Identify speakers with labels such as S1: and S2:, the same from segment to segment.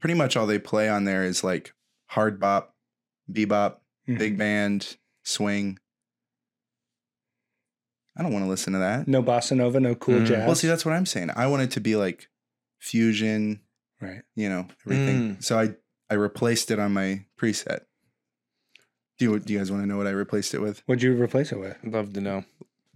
S1: pretty much all they play on there is like hard bop, bebop,
S2: Mhm.
S1: big band, swing. I don't want to listen to that.
S2: No bossa nova, no cool
S3: Mm.
S2: jazz.
S1: Well, see, that's what I'm saying. I want it to be like fusion,
S2: right.
S1: you know, everything.
S2: Mm.
S1: So I I replaced it on my preset. Do you, do you guys want to know what I replaced it with?
S2: What'd you replace it with?
S3: I'd love to know.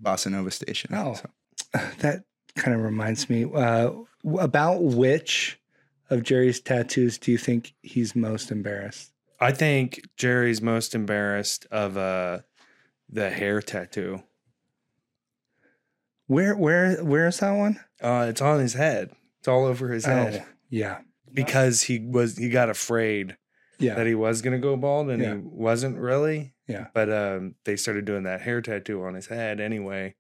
S1: Bossa Nova Station.
S2: Oh.
S1: So-
S2: That kind of reminds me. Uh, w- about which of Jerry's tattoos do you think he's most embarrassed?
S3: I think Jerry's most embarrassed of uh the hair tattoo.
S2: Where where where is that one?
S3: Uh it's on his head. It's all over his head.
S2: Oh, yeah.
S3: Because he was he got afraid
S2: Yeah.
S3: that he was gonna go bald and
S2: Yeah.
S3: he wasn't really.
S2: Yeah.
S3: But um they started doing that hair tattoo on his head anyway.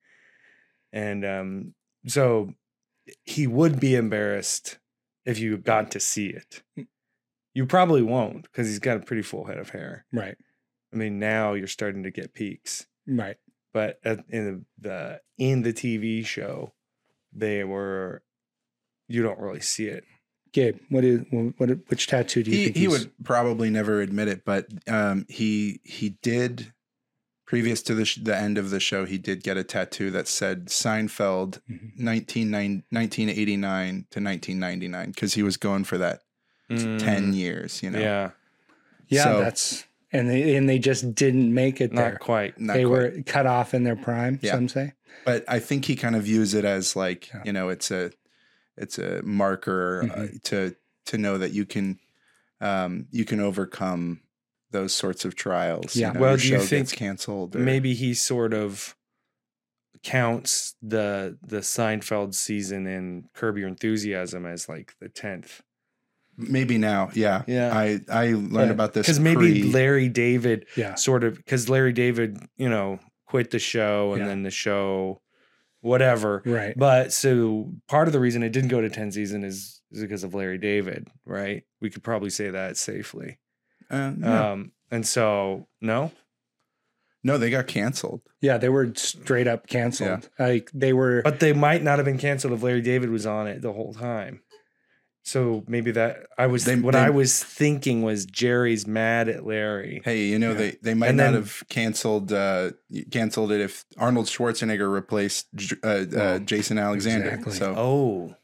S3: And um so he would be embarrassed if you got to see it.
S2: Hmm.
S3: You probably won't because he's got a pretty full head of hair.
S2: right.
S3: I mean, now you're starting to get peaks.
S2: Right.
S3: but at, in the in the TV show, they were you don't really see it.
S2: Gabe, what is what? Which tattoo do you
S1: he
S2: think
S1: he
S2: he's-
S1: would probably never admit it, but um, he he did previous to the sh- the end of the show, he did get a tattoo that said Seinfeld
S2: Mhm.
S1: 1989 1989 to 1999 because he was going for that 10 years, you know.
S3: Mm, yeah,
S2: Yeah,
S1: So-
S2: that's and they and they just didn't make it
S3: not
S2: there.
S3: quite.
S1: Not
S2: they
S1: quite.
S2: were cut off in their prime.
S1: Yeah.
S2: Some say.
S1: but I think he kind of views it as like,
S2: Yeah.
S1: you know, it's a it's a marker
S3: Mm-hmm.
S1: uh, to to know that you can um you can overcome those sorts of trials.
S2: Yeah.
S1: You know,
S3: Well,
S1: your
S3: do you
S1: show gets
S3: think
S1: canceled? or-
S3: Maybe he sort of counts the the Seinfeld season in Curb Your Enthusiasm as like the tenth.
S1: maybe now. Yeah.
S3: Yeah.
S1: I I learned
S2: Yeah.
S1: about this
S3: Because maybe
S1: pre-
S3: Larry David
S2: Yeah.
S3: sort of because Larry David, you know, quit the show and
S2: Yeah.
S3: then the show, whatever.
S2: Right.
S3: But so part of the reason it didn't go to 10 season is, is because of Larry David, right? We could probably say that safely.
S1: uh, no.
S3: Um, and so, no,
S1: no, they got canceled.
S2: yeah, they were straight up canceled. Like they were.
S3: but they might not have been canceled if Larry David was on it the whole time. So maybe that I was
S1: They-
S3: what
S1: they-
S3: I was thinking was Jerry's mad at Larry.
S1: Hey, you know
S2: Yeah.
S1: they, they might
S3: And
S1: not
S3: then-
S1: have canceled uh, canceled it if Arnold Schwarzenegger replaced J- uh, uh,
S2: Well,
S1: Jason Alexander.
S2: exactly.
S1: So,
S3: Oh,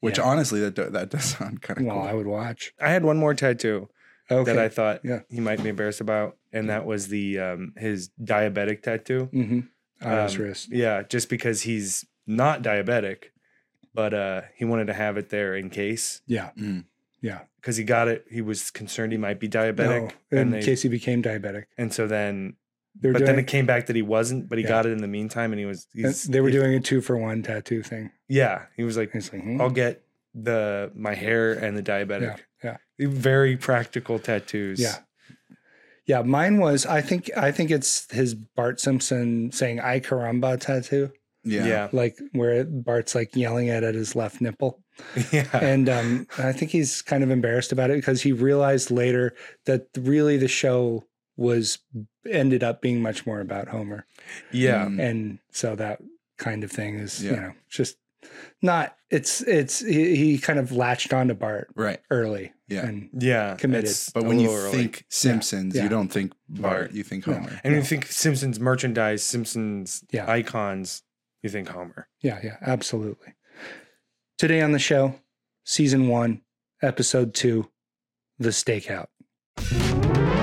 S1: which
S2: Yeah.
S1: honestly, that do- that does sound kind of
S2: Well,
S1: cool.
S2: I would watch.
S3: I had one more tattoo
S2: Okay.
S3: that I thought
S2: Yeah.
S3: he might be embarrassed about, and that was the um, his diabetic tattoo.
S2: mm-hmm. On his
S3: Um,
S2: wrist.
S3: Yeah, just because he's not diabetic, but uh he wanted to have it there in case
S2: Yeah.
S1: Mm.
S2: Yeah.
S3: because he got it. He was concerned he might be diabetic,
S2: No, in
S3: and they,
S2: case he became diabetic.
S3: and so then,
S2: They were
S3: but
S2: doing.
S3: then it came back that he wasn't, but he
S2: Yeah.
S3: got it in the meantime, and he was. He's,
S2: they were
S3: he-
S2: doing a two for one tattoo thing.
S3: Yeah, he was like,
S2: It's like, hmm.
S3: "I'll get the my hair and the diabetic."
S2: yeah.
S3: Very practical tattoos.
S2: Yeah. Yeah, mine was I think I think it's his Bart Simpson saying I caramba tattoo.
S1: yeah.
S3: yeah, yeah.
S2: Like where Bart's like yelling at at his left nipple. And um I think he's kind of embarrassed about it because he realized later that really the show was ended up being much more about Homer.
S3: Yeah.
S1: Mm.
S2: And so that kind of thing is, you
S1: Yeah.
S2: know, just not it's it's he, he kind of latched onto Bart
S1: right.
S2: early.
S1: Yeah.
S2: And
S3: Yeah,
S2: Committed.
S3: it's
S1: But
S3: a
S1: when you
S3: little early.
S1: think Simpsons,
S2: Yeah.
S1: you don't think Bart,
S3: Bart.
S1: you think
S2: No.
S1: Homer.
S3: and
S2: yeah.
S3: you think Simpsons merchandise, Simpsons
S2: Yeah.
S3: icons, you think Homer.
S2: Yeah, yeah, absolutely. Today on the show, season one, episode two, The Stakeout.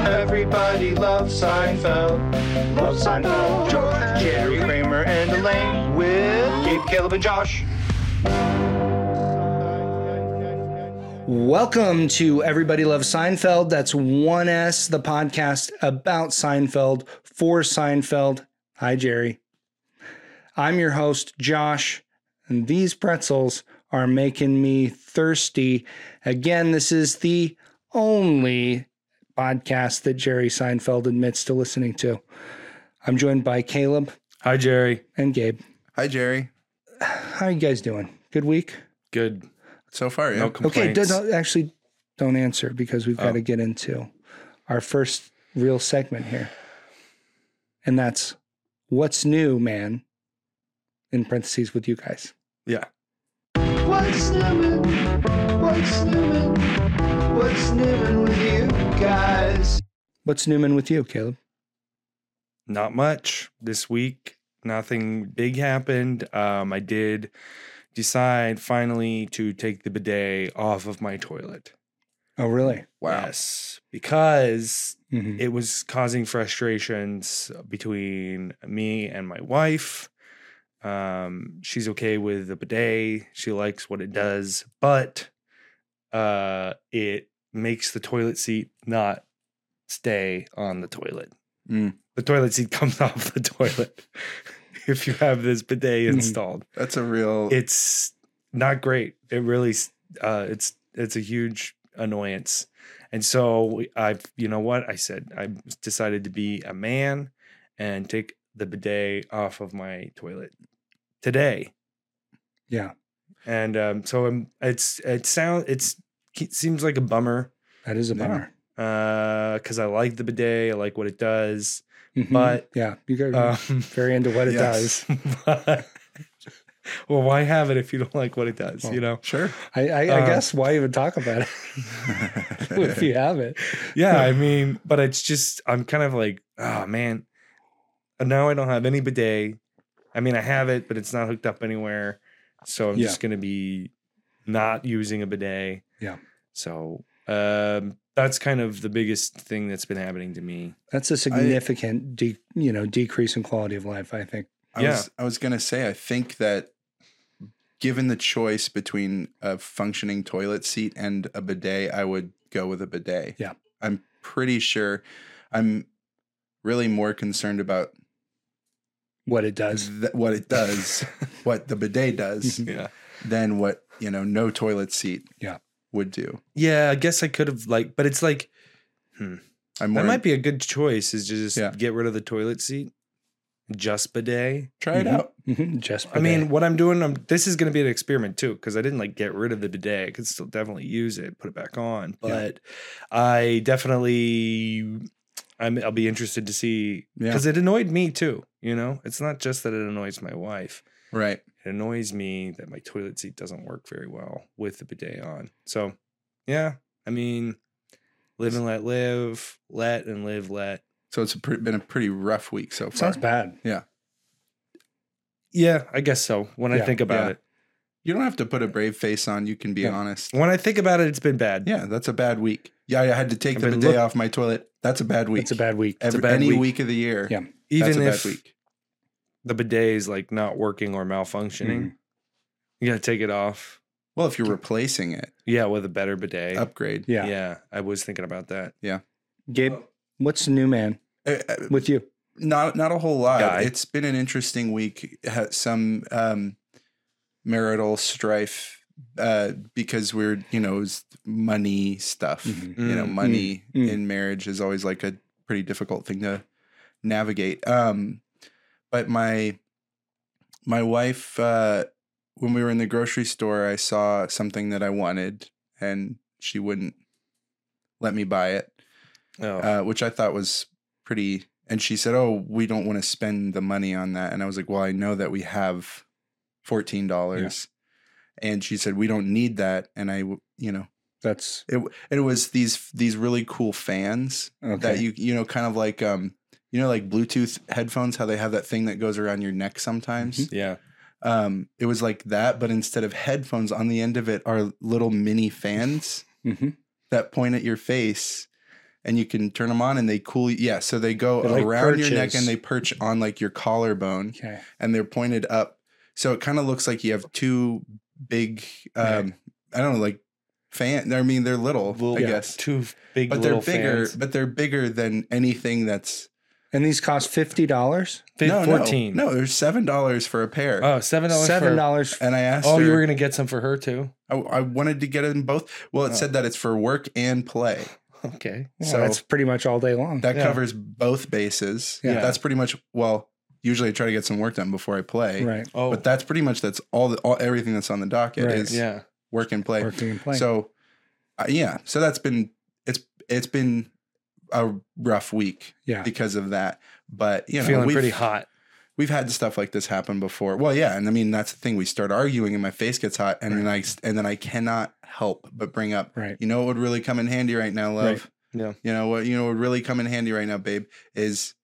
S4: Everybody loves Seinfeld. Loves Seinfeld. George, Jerry, Kramer, and Elaine with Gabe, Caleb, and Josh.
S2: Welcome to Everybody Loves Seinfeld. That's 1S, the podcast about Seinfeld for Seinfeld. Hi, Jerry. I'm your host, Josh, and these pretzels are making me thirsty. Again, this is the only podcast that Jerry Seinfeld admits to listening to. I'm joined by Caleb
S3: Hi, Jerry.
S2: and Gabe.
S1: Hi, Jerry.
S2: How you guys doing? Good week?
S3: Good.
S1: So far, yeah.
S3: No
S2: Okay,
S3: complaints.
S2: don't, don't- actually don't answer because we've got to get into our first real segment here. And that's what's new, man, in parentheses with you guys.
S3: yeah.
S4: What's new? What's new? What's new with you guys?
S2: What's Newman with you, Caleb?
S3: not much this week. Nothing big happened. Um, I did decide finally to take the bidet off of my toilet.
S2: Oh, really?
S1: Wow.
S3: Yes, because
S2: Mhm.
S3: it was causing frustrations between me and my wife. Um, she's okay with the bidet. She likes what it does, but uh, it makes the toilet seat not stay on the toilet.
S1: Mm.
S3: The toilet seat comes off the toilet if you have this bidet
S2: Mhm.
S3: installed.
S1: That's a real.
S3: It's not great. It really, s- uh, it's it's a huge annoyance. And so I, you know what I said? I decided to be a man and take the bidet off of my toilet today.
S2: Yeah,
S3: And um, so I'm. It's it sound it's it seems like a bummer
S2: that is a
S1: Yeah.
S2: bummer.
S3: because I like the bidet. I like what it does.
S2: Mhm.
S3: But,
S2: yeah, you guys are
S3: Um,
S2: very into what it
S1: yes.
S2: does.
S3: but- well, why have it if you don't like what it does?
S2: Well,
S3: you know.
S1: sure.
S2: I, I, I
S3: Uh,
S2: guess why even talk about it if you have it?
S3: yeah, I mean, but it's just I'm kind of like, oh man, and now I don't have any bidet. I mean, I have it, but it's not hooked up anywhere, so I'm
S2: Yeah.
S3: just gonna be not using a bidet.
S2: Yeah.
S3: So um, that's kind of the biggest thing that's been happening to me.
S2: That's a significant, de- you know, decrease in quality of life. I think.
S1: I
S3: Yeah.
S1: was I was gonna say I think that given the choice between a functioning toilet seat and a bidet, I would go with a bidet.
S2: Yeah.
S1: I'm pretty sure I'm really more concerned about
S2: What it does.
S1: th- what it does, what the bidet does
S3: Yeah.
S1: than what, you know, no toilet seat
S2: Yeah.
S1: would do.
S3: Yeah, I guess I could have like, but it's like
S1: I'm more
S3: that might be a good choice is to just
S1: Yeah.
S3: get rid of the toilet seat, just bidet.
S1: try it
S2: Mhm.
S1: out.
S2: Mhm, Just.
S3: Mm-hmm. I mean, what I'm doing, I'm, this is going to be an experiment too, because I didn't like get rid of the bidet. I could still definitely use it, put it back on.
S1: Yeah.
S3: But I definitely, I'm, I'll be interested to see,
S1: Yeah.
S3: because it annoyed me too. You know, it's not just that it annoys my wife,
S1: Right.
S3: it annoys me that my toilet seat doesn't work very well with the bidet on. So, yeah, I mean, live and let live, let and live, let.
S1: So it's a pre- been a pretty rough week so far.
S2: sounds bad.
S3: Yeah, I guess so when I
S2: Yeah,
S3: think about
S1: yeah. You don't have to put a brave face on. You can be
S2: Yeah.
S1: honest.
S3: it. When I think about it, it's been bad.
S1: Yeah, that's a bad week. Yeah, I had to take
S3: I've
S1: the
S3: been
S1: bidet
S3: look-
S1: off my toilet. That's a bad week.
S2: It's a bad week.
S1: Every,
S3: a bad
S1: any
S3: week.
S1: week. of the year.
S2: Yeah.
S1: that's
S3: Even
S1: a
S3: if
S1: bad week.
S3: the bidet is like not working or malfunctioning,
S1: Mm-hmm.
S3: you gotta take it off.
S1: Well, if you're replacing it,
S3: Yeah, with a better bidet.
S1: upgrade.
S2: Yeah.
S3: I was thinking about that.
S2: Gabe, what's new, man?
S1: Uh, uh,
S2: With you?
S1: not not a whole lot.
S3: Guy.
S1: It's been an interesting week. Ha- Some um, marital strife uh, because we're you know it was money stuff.
S2: Mhm.
S1: You know,
S3: Mm,
S1: money
S2: mm, mm.
S1: in marriage is always like a pretty difficult thing to navigate. Um, but my my wife, uh, when we were in the grocery store, I saw something that I wanted, and she wouldn't let me buy it
S3: Oh,
S1: uh, which I thought was pretty. And she said, "Oh, we don't want to spend the money on that." And I was like, "Well, I know that we have fourteen dollars." And she said, "We don't need that." And I, w- you know,
S2: That's
S1: it w- it was these these really cool fans
S2: okay.
S1: that you you know kind of like um you know like Bluetooth headphones how they have that thing that goes around your neck sometimes.
S3: yeah.
S1: Um, it was like that, but instead of headphones, on the end of it are little mini fans
S2: Mhm.
S1: that point at your face and you can turn them on and they cool yeah so they go
S2: They're like
S1: around your neck
S2: perches.
S1: and they perch on like your collarbone
S2: Okay.
S1: and they're pointed up so it kind of looks like you have two big um i don't know like fan i mean they're little i
S3: yeah,
S1: guess
S3: Two big
S1: but they're
S3: little
S1: bigger
S3: fans.
S1: but they're bigger than anything that's
S2: And these cost fifty dollars,
S3: Fif-
S1: no
S3: 14.
S1: no no there's seven dollars for a pair
S3: Oh, seven dollars.
S2: seven
S3: Seven dollars.
S2: dollars.
S1: and i asked
S3: Oh,
S1: her
S3: you were gonna get some for her too.
S1: I, I wanted to get them both well it
S3: Oh.
S1: said that it's for work and play
S3: Okay.
S2: Wow,
S1: so-
S2: that's pretty much all day long.
S1: That
S3: Yeah.
S1: covers both bases.
S2: Yeah.
S1: That's pretty much well, usually I try to get some work done before I play.
S2: right.
S3: Oh,
S1: But that's pretty much that's all, the, all everything that's on the docket
S2: Right.
S1: is
S3: yeah.
S1: work and play.
S2: Working and playing.
S1: So uh, yeah, so that's been it's it's been a rough week
S2: yeah.
S1: because of that. But you know,
S3: Feeling
S1: we've-
S3: pretty hot.
S1: we've had stuff like this happen before. Well, yeah, and I mean that's the thing. We start arguing, and my face gets hot, and then I and then I cannot help but bring up,
S2: Right.
S1: you know, what would really come in handy right now, love.
S3: Right. Yeah.
S1: you know what you know what would really come in handy right now, babe, is,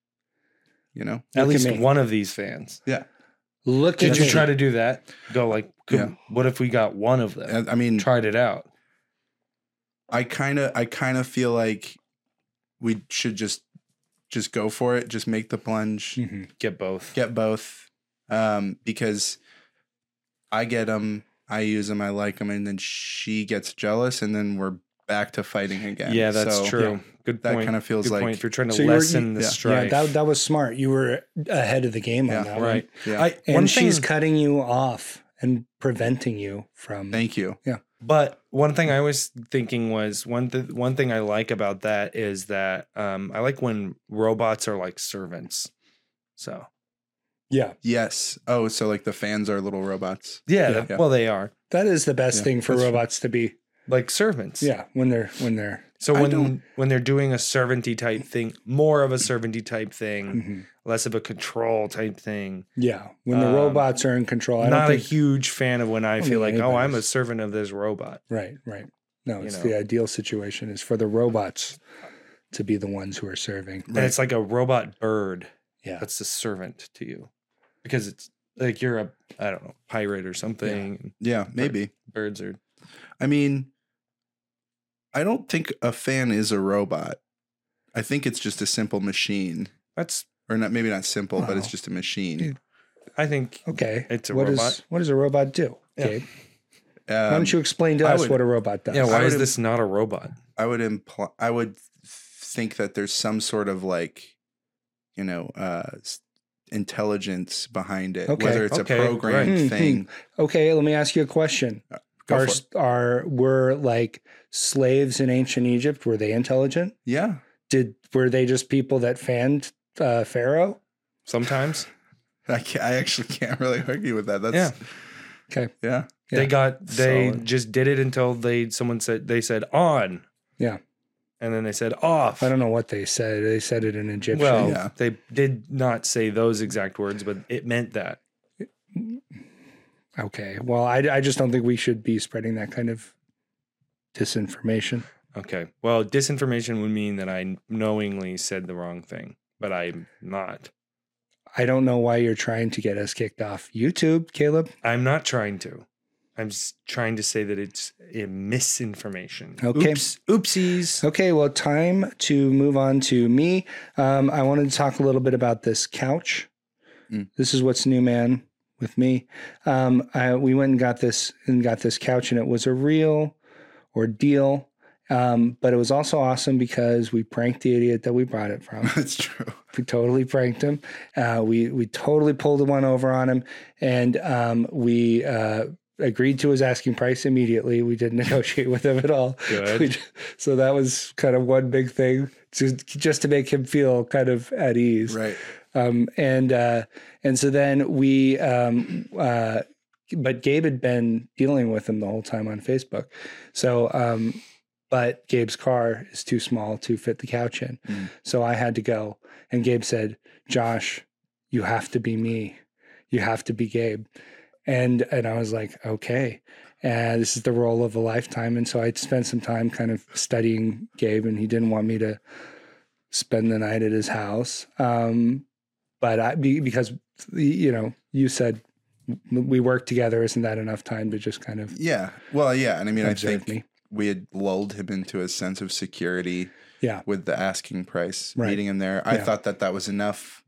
S1: you know,
S3: At
S2: Look at
S3: least
S2: me.
S3: one of these fans.
S2: Look
S3: Did
S2: at
S3: you
S2: me.
S3: try to do that? Go like, could,
S1: Yeah.
S3: what if we got one of them?
S1: I I mean,
S3: Tried it out.
S1: I kind of I kind of feel like we should just just go for it, just make the plunge,
S2: Mhm.
S3: Get both.
S1: get both, um, because I get them, I use them, I like them, and then she gets jealous, and then we're back to fighting again.
S3: yeah, that's
S1: So
S3: true. Good
S1: That
S3: point.
S1: kind of feels
S3: Good
S1: like
S3: point. If you're trying to
S2: So you were-
S3: lessen the
S1: yeah. Yeah,
S2: Yeah,
S3: strife,
S2: that, that was smart. You were ahead of the game
S1: Yeah,
S2: on that
S3: right?
S2: one.
S1: yeah.
S3: I,
S2: And
S3: one
S2: she's
S3: thing,
S2: cutting you off and preventing you from.
S1: Thank you.
S3: but one thing I was thinking was one th- one thing I like about that is that um, I like when robots are like servants. So
S2: yeah,
S1: Yes. Oh, so like the fans are little robots.
S3: yeah,
S2: Yeah.
S3: that- well they are
S2: that is the best
S1: Yeah,
S2: thing for
S1: that's true.
S2: robots to be.
S3: like servants.
S2: Yeah, when they're when they're.
S3: So
S1: I
S3: when
S1: don't-
S3: when they're doing a servanty type thing, more of a servanty type thing,
S2: mhm.
S3: less of a control type thing.
S2: Yeah, when the
S3: Um,
S2: robots are in control. I
S3: not
S2: don't
S3: a
S2: think.
S3: huge fan of when I
S2: don't
S3: feel like,
S2: think
S3: oh, I'm a
S2: anybody's-
S3: servant of this robot.
S2: right, right. No,
S3: you
S2: it's
S3: know.
S2: the ideal situation is for the robots to be the ones who are serving.
S3: And it's like a robot bird
S2: Yeah.
S3: that's a servant to you because it's like you're a, I don't know, pirate or something. and
S1: Yeah, maybe.
S3: Birds are,
S1: I mean, I don't think a fan is a robot. I think it's just a simple machine.
S3: that's,
S1: Or not maybe not simple, but it's
S2: Wow.
S1: just a machine.
S2: Dude.
S3: I think,
S2: Okay.
S3: It's a
S2: What is-
S3: robot.
S2: what does a robot do?
S3: Yeah.
S2: Gabe?
S1: Um,
S2: Why don't you explain to
S1: I
S2: us
S1: would-
S2: what a robot does?
S3: yeah, why
S1: I
S3: is
S1: would-
S3: this not a robot?
S1: I would imply. I would think that there's some sort of like, you know, uh, s- intelligence behind it,
S2: Okay,
S1: whether it's
S3: okay,
S1: a programmed
S2: right. Hmm.
S1: thing.
S2: Okay, let me ask you a question.
S3: Uh,
S1: Go
S2: are
S1: for it.
S2: are were like slaves in ancient Egypt? Were they intelligent?
S1: Yeah,
S2: Did were they just people that fanned uh, Pharaoh?
S3: Sometimes
S1: I, ca I actually can't really argue with that. That's
S2: Okay.
S1: yeah,
S3: they
S2: Yeah.
S3: got, they
S1: Solid.
S3: just did it until they, someone said, they said on.
S2: Yeah.
S3: And then they said off.
S2: I don't know what they said. They said it in Egyptian.
S3: Well,
S1: Yeah.
S3: they did not say those exact words, but it meant that.
S2: okay. Well, I, I just don't think we should be spreading that kind of disinformation.
S3: Okay. Well, disinformation would mean that I knowingly said the wrong thing, but I'm not.
S2: I don't know why you're trying to get us kicked off YouTube, Caleb.
S3: I'm not trying to. I'm s- trying to say that it's a misinformation.
S2: Okay. Oh,
S3: Oops, oopsies.
S2: Okay, well, time to move on to me. Um, I wanted to talk a little bit about this couch.
S1: Mm.
S2: This is what's new, man, with me. Um, I, we went and got this and got this couch, and it was a real ordeal. Um, but it was also awesome because we pranked the idiot that we brought it from.
S1: that's true.
S2: We totally pranked him. Uh, we we totally pulled one over on him, and um, we uh, agreed to his asking price immediately. We didn't negotiate with him at all.
S3: Good.
S2: We j- so that was kind of one big thing, just just to make him feel kind of at ease
S1: Right.
S2: um, and uh, and so then we um, uh, but Gabe had been dealing with him the whole time on Facebook, so um, but Gabe's car is too small to fit the couch in,
S1: Mm.
S2: so I had to go, and Gabe said, "Josh, you have to be me, you have to be Gabe," and and I was like, "Okay." And this is the role of a lifetime. And so I spent some time kind of studying Gabe, and he didn't want me to spend the night at his house. Um, but I, be- because you know, you said we work together. Isn't that enough time to just kind of
S1: Yeah. Well, yeah, and I mean, I
S2: observe
S1: think
S2: me?
S1: we had lulled him into a sense of security.
S2: Yeah.
S1: With the asking price,
S2: Right.
S1: meeting him there, I
S2: Yeah.
S1: thought that that was enough,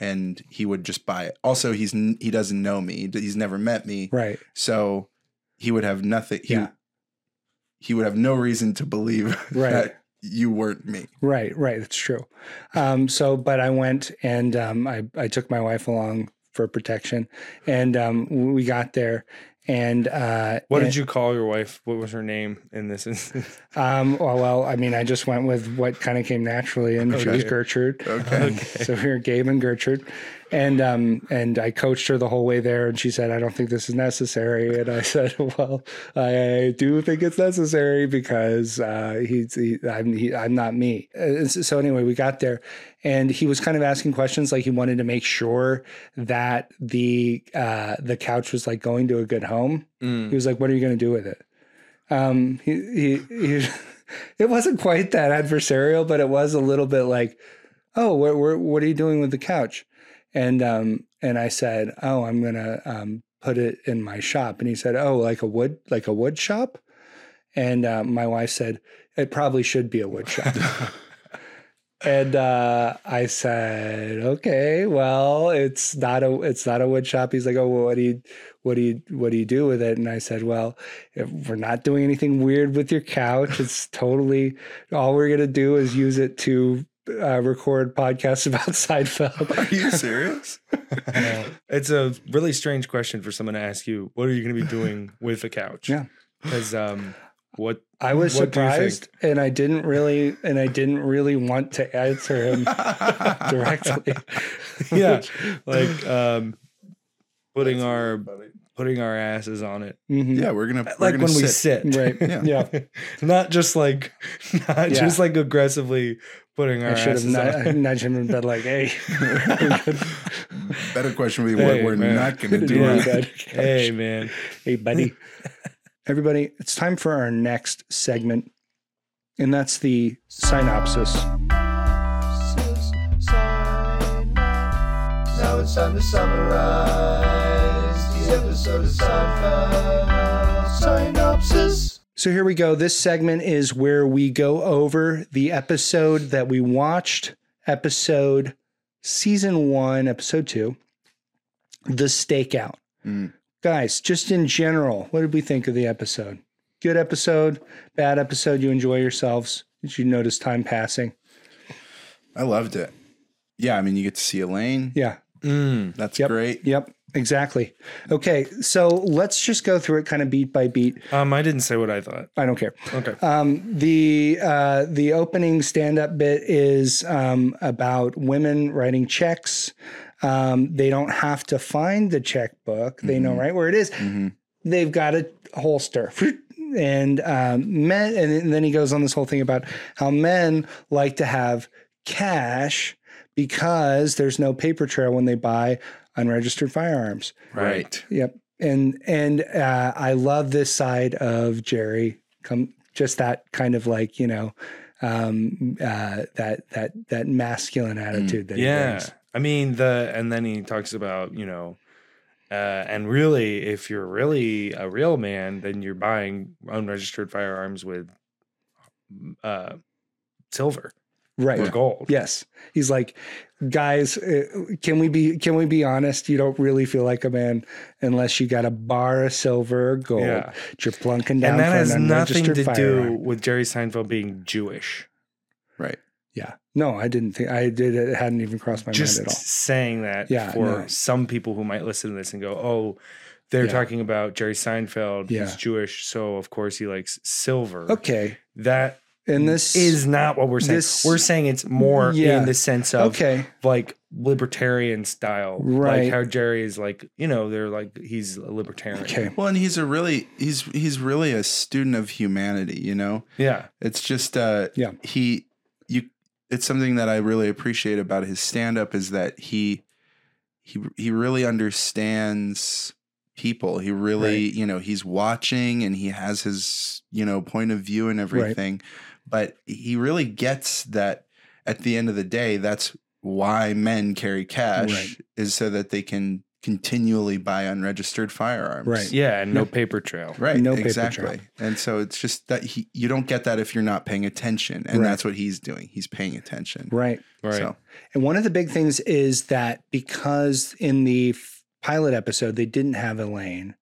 S1: and he would just buy it. Also, he's n- he doesn't know me. He's never met me.
S2: Right.
S1: So he would have nothing. He,
S2: Yeah.
S1: He would have no reason to believe
S2: Right.
S1: that you weren't me.
S2: Right, right. That's true. Um, so, but I went and um, I, I took my wife along for protection, and um, we got there, And uh,
S3: What
S2: and-
S3: did you call your wife? What was her name in this instance?
S2: Um, well, well, I mean, I just went with what kind of came naturally, and she was
S3: Okay.
S2: Gertrude.
S1: Okay.
S2: So we were Gabe and Gertrude, and um, and I coached her the whole way there, and she said, "I don't think this is necessary," and I said, "Well, I do think it's necessary because uh, he's he, I'm he, I'm not me." Uh, so so anyway, we got there, and he was kind of asking questions like he wanted to make sure that the uh, the couch was like going to a good home.
S3: Mm.
S2: He was like, "What are you going to do with it?" Um, he, he, he it wasn't quite that adversarial, but it was a little bit like, "Oh, where, where, what are you doing with the couch?" And um, and I said, "Oh, I'm gonna um, put it in my shop." And he said, "Oh, like a wood, like a wood shop." And uh, my wife said, "It probably should be a wood shop." and uh, I said, "Okay, well, it's not a it's not a wood shop." He's like, "Oh, well, what do you what do you what do you do with it?" And I said, "Well, if we're not doing anything weird with your couch. It's totally all we're gonna do is use it to uh, record podcasts about Seinfeld." Uh,
S1: Are you serious?
S3: it's a really strange question for someone to ask you. What are you going to be doing with the couch?
S2: Yeah.
S3: Because um, what
S2: I was
S3: What do you think?
S2: surprised, and I didn't really and I didn't really want to answer him directly.
S3: yeah, like um, putting our putting our asses on it,
S2: Mhm.
S1: yeah, we're gonna we're
S3: like
S1: gonna
S3: when we
S1: sit.
S3: sit,
S2: Right.
S1: Yeah.
S2: Yeah.
S3: not just like not
S2: Yeah.
S3: just like aggressively putting our
S2: I should have
S3: asses on.
S2: nudged, nudged him and been like, "Hey,
S1: Better question would be what
S3: Hey,
S1: we're
S3: man.
S1: not gonna
S2: do
S1: do.
S3: Yeah.
S2: you
S1: with it.
S2: bad
S3: Hey man,
S2: Hey, buddy. Everybody, it's time for our next segment, and that's the synopsis.
S4: Now it's time to summarize the episode of Seinfeld. Synopsis.
S2: So here we go. This segment is where we go over the episode that we watched, episode season one, episode two, The Stakeout.
S1: Mm.
S2: Guys, just in general, what did we think of the episode? Good episode, bad episode. You enjoy yourselves. Did you notice time passing?
S1: I loved it. Yeah, I mean you get to see Elaine.
S2: Yeah.
S3: Mm.
S1: That's
S2: Yep.
S1: great.
S2: Yep, exactly. Okay, so let's just go through it kind of beat by beat.
S3: um, I didn't say what I thought.
S2: I don't care.
S3: Okay,
S2: Um, the uh, the opening stand up bit is um, about women writing checks. Um, they don't have to find the checkbook; they know right where it is.
S1: Mm-hmm.
S2: They've got a holster. And um, men, and then he goes on this whole thing about how men like to have cash because there's no paper trail when they buy unregistered firearms.
S1: Right.
S2: Yep. And and uh, I love this side of Jerry. Come just that kind of like you know um, uh, that that that masculine attitude that he
S3: yeah
S2: brings.
S3: i mean the and then he talks about you know uh, and really if you're really a real man then you're buying unregistered firearms with uh silver
S2: Right.
S3: or gold
S2: Yes. He's like, guys, uh, can we be can we be honest? You don't really feel like a man unless you got a bar of silver or gold.
S3: Yeah.
S2: that You're plunking down.
S3: and that
S2: for an
S3: has nothing to
S2: unregistered firearm.
S3: do with jerry seinfeld being jewish
S1: Right.
S2: Yeah. No, I didn't think I did. It hadn't even crossed my mind
S3: just
S2: at all.
S3: saying that
S2: Yeah,
S3: for
S2: no.
S3: some people who might listen to this and go oh they're
S2: Yeah.
S3: talking about jerry seinfeld
S2: Yeah.
S3: he's jewish so of course he likes silver
S2: Okay.
S3: that
S2: And this
S3: is not what we're saying.
S2: this-
S3: we're saying it's more
S2: Yeah.
S3: in the sense of
S2: okay.
S3: like libertarian style,
S2: Right.
S3: Like how Jerry is like, you know, they're like he's a libertarian.
S2: Okay.
S1: Well, and he's a really he's he's really a student of humanity, you know?
S3: Yeah.
S1: It's just uh
S2: Yeah.
S1: he you it's something that I really appreciate about his stand up is that he he he really understands people. He really, you know, he's watching and he has his, you know, point of view and everything. But he really gets that at the end of the day, that's why men carry cash
S2: Right.
S1: is so that they can continually buy unregistered firearms.
S2: Right.
S3: Yeah, and no paper trail.
S1: Right.
S2: No paper
S1: exactly.
S2: trail.
S1: And so it's just that he, you don't get that if you're not paying attention. And
S2: Right.
S1: that's what he's doing. He's paying attention.
S2: Right.
S3: Right.
S1: So
S2: And one of the big things is that because in the f- pilot episode they didn't have Elaine,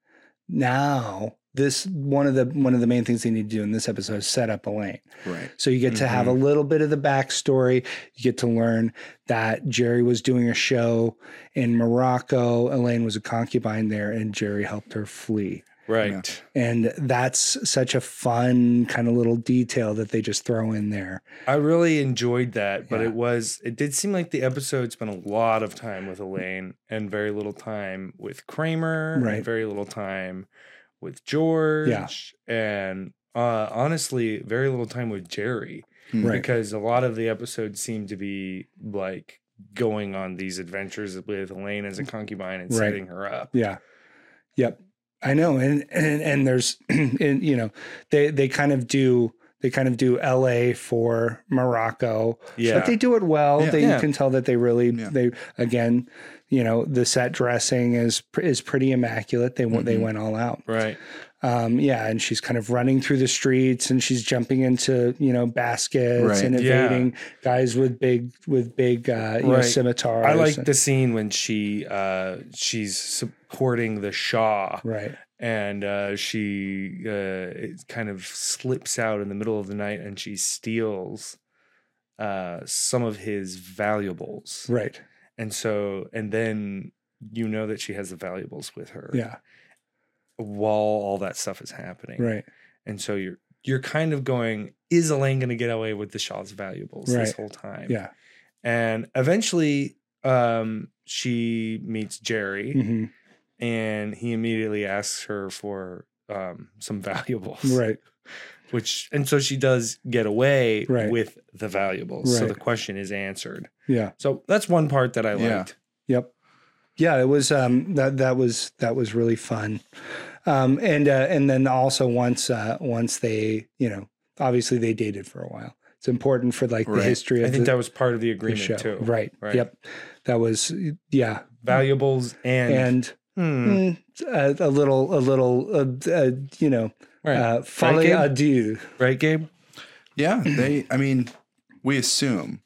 S2: now this one of the one of the main things they need to do in this episode is set up Elaine.
S1: right.
S2: So you get to have a little bit of the backstory. You get to learn that Jerry was doing a show in Morocco. Elaine was a concubine there, and Jerry helped her flee.
S3: Right.
S2: And that's such a fun kind of little detail that they just throw in there.
S3: I really enjoyed that, but
S2: Yeah.
S3: it was it did seem like the episode spent a lot of time with Elaine and very little time with Kramer,
S2: Right.
S3: And very little time with George, and uh, honestly, very little time with Jerry
S1: hmm.
S2: Right.
S3: because a lot of the episodes seem to be like going on these adventures with Elaine as a concubine and
S2: Right.
S3: setting her up.
S2: Yeah. Yep. I know. And and and there's and you know, they they kind of do they kind of do LA for Morocco.
S3: Yeah.
S2: But they do it well.
S1: Yeah.
S2: They
S3: Yeah.
S2: you can tell that they really
S1: Yeah.
S2: they again, you know, the set dressing is pr- is pretty immaculate. They went they
S3: Mm-hmm.
S1: Mhm.
S2: went all out.
S3: Right.
S2: Um yeah, and she's kind of running through the streets and she's jumping into, you know, baskets
S1: Right.
S2: and
S3: Yeah.
S2: evading guys with big with big uh you know
S3: Right.
S2: scimitars.
S3: I like
S2: and-
S3: the scene when she uh she's supporting the Shah
S2: Right.
S3: and uh, she uh, it kind of slips out in the middle of the night and she steals uh, some of his valuables.
S2: Right.
S3: And so, and then you know that she has the valuables with her
S2: Yeah.
S3: while all that stuff is happening.
S2: Right.
S3: And so you're you're kind of going, is Elaine going to get away with the Shah's valuables this
S2: Right.
S3: whole time?
S2: Yeah.
S3: And eventually, um, she meets Jerry,
S2: hmm
S3: and he immediately asks her for um, some valuables.
S2: Right.
S3: which and so she does get away
S2: Right.
S3: with the valuables so
S2: Right.
S3: the question is answered
S2: Yeah.
S3: so that's one part that i
S1: Yeah.
S3: liked
S2: Yep. Yeah, it was um that that was that was really fun. Um and uh and then also once uh once they, you know, obviously they dated for a while. It's important for like the
S1: Right.
S2: history of
S3: i think
S2: the,
S3: that was part of the
S2: the
S3: agreement
S2: show.
S3: too
S2: Right.
S3: Right.
S2: Yep. That was yeah.
S3: valuables and,
S2: And
S3: Hmm,
S2: mm, a, a little a little uh, uh, you know,
S3: right
S2: uh folly
S3: Gabe?
S2: adieu.
S3: right gabe
S1: Yeah, they. I mean, we assume,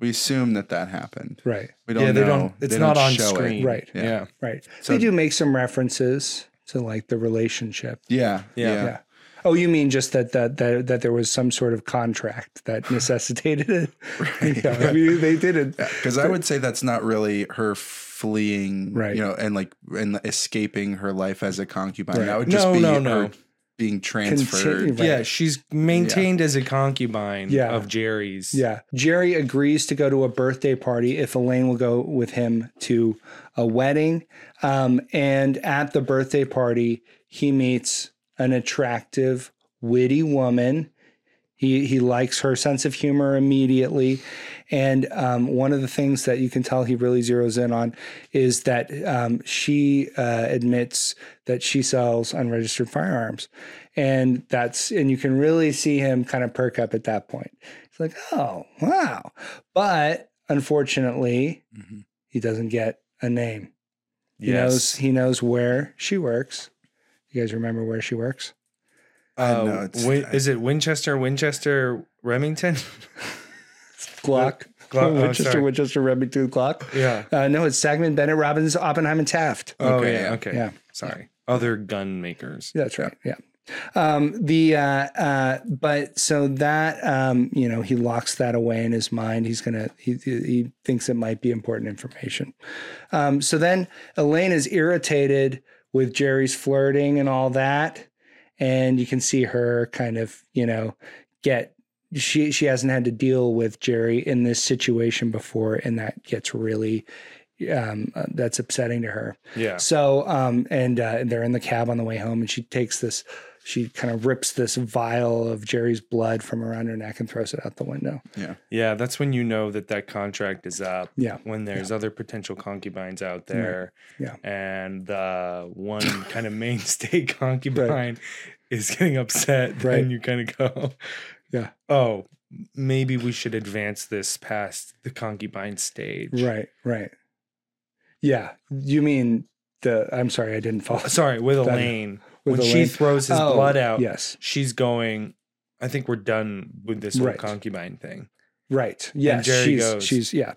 S1: we assume that that happened.
S2: Right.
S1: We don't.
S3: yeah they
S1: know.
S3: don't it's
S1: They
S3: not
S1: don't
S3: on
S1: show it.
S3: screen
S2: Right.
S1: Yeah.
S3: yeah
S2: Right.
S1: So-
S2: they do make some references to like the relationship.
S1: Yeah,
S3: Yeah.
S1: yeah,
S2: Yeah. Oh, you mean just that that that, that there was some sort of contract that necessitated it?
S1: Right.
S2: Yeah, I mean, they did it.
S1: Because I would say that's not really her fleeing,
S2: Right.
S1: You know, and like and escaping her life as a concubine.
S2: Right.
S1: That would just
S3: No,
S1: be
S3: no,
S1: her
S3: no.
S1: being transferred.
S2: Continue- Right.
S3: yeah she's maintained as a concubine
S2: Yeah.
S3: of jerry's
S2: Yeah. Jerry agrees to go to a birthday party if Elaine will go with him to a wedding. Um, and at the birthday party, he meets an attractive, witty woman. He, he likes her sense of humor immediately. And um, one of the things that you can tell he really zeroes in on is that um, she uh, admits that she sells unregistered firearms. And that's, and you can really see him kind of perk up at that point. He's like, oh, wow. But unfortunately,
S1: Mhm.
S2: he doesn't get a name. He knows
S3: yes
S2: he knows where she works. You guys remember where she works?
S1: I
S3: Uh,
S1: know, it's-
S3: Win-
S1: I-
S3: is it winchester winchester remington
S2: Glock.
S3: Glock, oh,
S2: Winchester,
S3: sorry.
S2: Winchester, Remington Glock.
S3: yeah
S2: Uh, no, it's Sagman, Bennett, Robbins, Oppenheim, and Taft.
S3: oh
S1: Okay,
S3: yeah
S1: yeah.
S3: okay
S2: Yeah.
S3: sorry other gun makers
S2: That's right. Yeah. Um, the uh, uh, but so that um, you know he locks that away in his mind. He's gonna he he thinks it might be important information. Um, so then Elaine is irritated with Jerry's flirting and all that, and you can see her kind of you know get she she hasn't had to deal with Jerry in this situation before, and that gets really um, uh, that's upsetting to her.
S3: yeah
S2: So, um, and uh, they're in the cab on the way home, and she takes this, she kind of rips this vial of Jerry's blood from around her neck and throws it out the window.
S3: Yeah, that's when you know that that contract is up.
S2: Yeah.
S3: When there's other potential concubines out there.
S2: Yeah.
S3: And the one kind of mainstay concubine is getting upset. Then
S2: Right.
S3: you kind of go,
S2: Yeah.
S3: Oh, maybe we should advance this past the concubine stage.
S2: Right, right. Yeah. You mean the, I'm sorry, I didn't follow.
S3: Sorry, with
S2: That-
S3: Elaine.
S2: with
S3: when she
S2: Elaine.
S3: throws his
S2: Oh,
S3: blood out,
S2: Yes.
S3: she's going, I think we're done with this whole
S2: Right.
S3: concubine thing.
S2: Right. Yes.
S3: Jerry
S2: she's,
S3: goes.
S2: she's, yeah.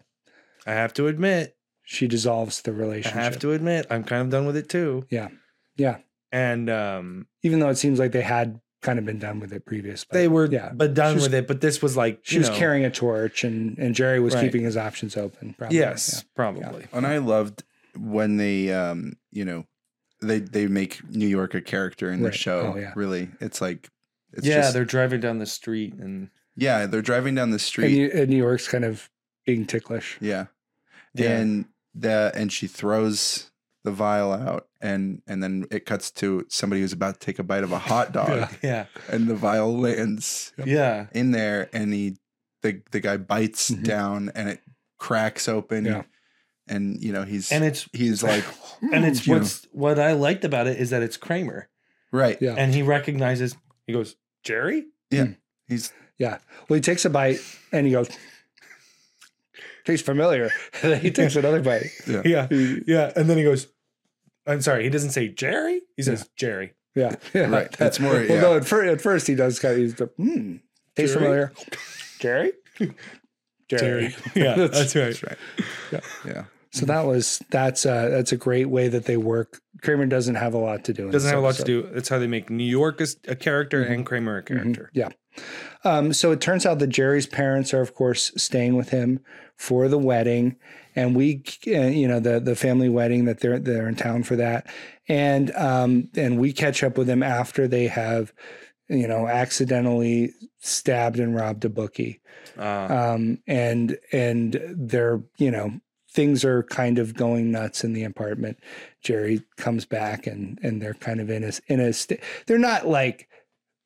S3: I have to admit,
S2: She dissolves the
S3: I
S2: relationship.
S3: have to admit, I'm kind of done with it too.
S2: Yeah. Yeah.
S3: And um
S2: Even though it seems like they had kind of been done with it previously.
S3: they were
S2: yeah.
S3: but done
S2: She was-
S3: with it but this was like
S2: She
S3: you
S2: was
S3: know,
S2: carrying a torch and, and Jerry was
S3: Right.
S2: keeping his options open. Probably.
S3: yes probably
S1: And I loved when they, um, you know, they they make New York a character in
S2: Right.
S1: the show.
S2: Oh, yeah.
S1: Really, it's like it's
S3: yeah,
S1: just
S3: they're driving down the street and
S1: yeah they're driving down the
S2: And,
S1: street.
S2: you, and New York's kind of being ticklish.
S1: yeah.
S3: Yeah.
S1: and the and she throws the vial out, and and then it cuts to somebody who's about to take a bite of a hot dog,
S3: yeah,
S1: and the vial lands
S3: yeah,
S1: in there, and he the the guy bites
S2: Mhm.
S1: down, and it cracks open,
S2: Yeah.
S1: and you know he's
S3: and it's
S1: he's like
S3: and
S2: Mm.
S3: it's
S1: you know,
S3: what's what I liked about it is that it's Kramer
S1: right.
S2: Yeah.
S3: and he recognizes. He goes, Jerry.
S1: He's
S2: Well, he takes a bite and he goes, tastes familiar. And then he takes another bite.
S3: Yeah, yeah, and then he goes. I'm sorry, he doesn't say Jerry. He says Jerry.
S2: Yeah. yeah.
S1: Right. It's more-
S2: Well,
S1: yeah.
S2: no, at, fir- at first he does kind of, he's the, hmm, tastes
S3: Jerry?
S2: familiar. Jerry? Jerry.
S3: Yeah,
S2: That's-
S3: that's, right.
S1: that's right.
S2: Yeah.
S1: yeah.
S3: Mm-hmm.
S2: So that was, that's a, that's a great way that they work. Kramer doesn't have a lot to do. in
S3: Doesn't
S2: this
S3: have a lot to
S2: episode.
S3: do. That's how they make New York a, a character
S2: Mm-hmm.
S3: and Kramer a character.
S2: Yeah. Um, so it turns out that Jerry's parents are, of course, staying with him for the wedding, and we, uh, you know, the the family wedding that they're they're in town for that, and um, and we catch up with them after they have, you know, accidentally stabbed and robbed a bookie,
S3: Uh,
S2: um, and and they're you know things are kind of going nuts in the apartment. Jerry comes back and and they're kind of in a in a st- they're not like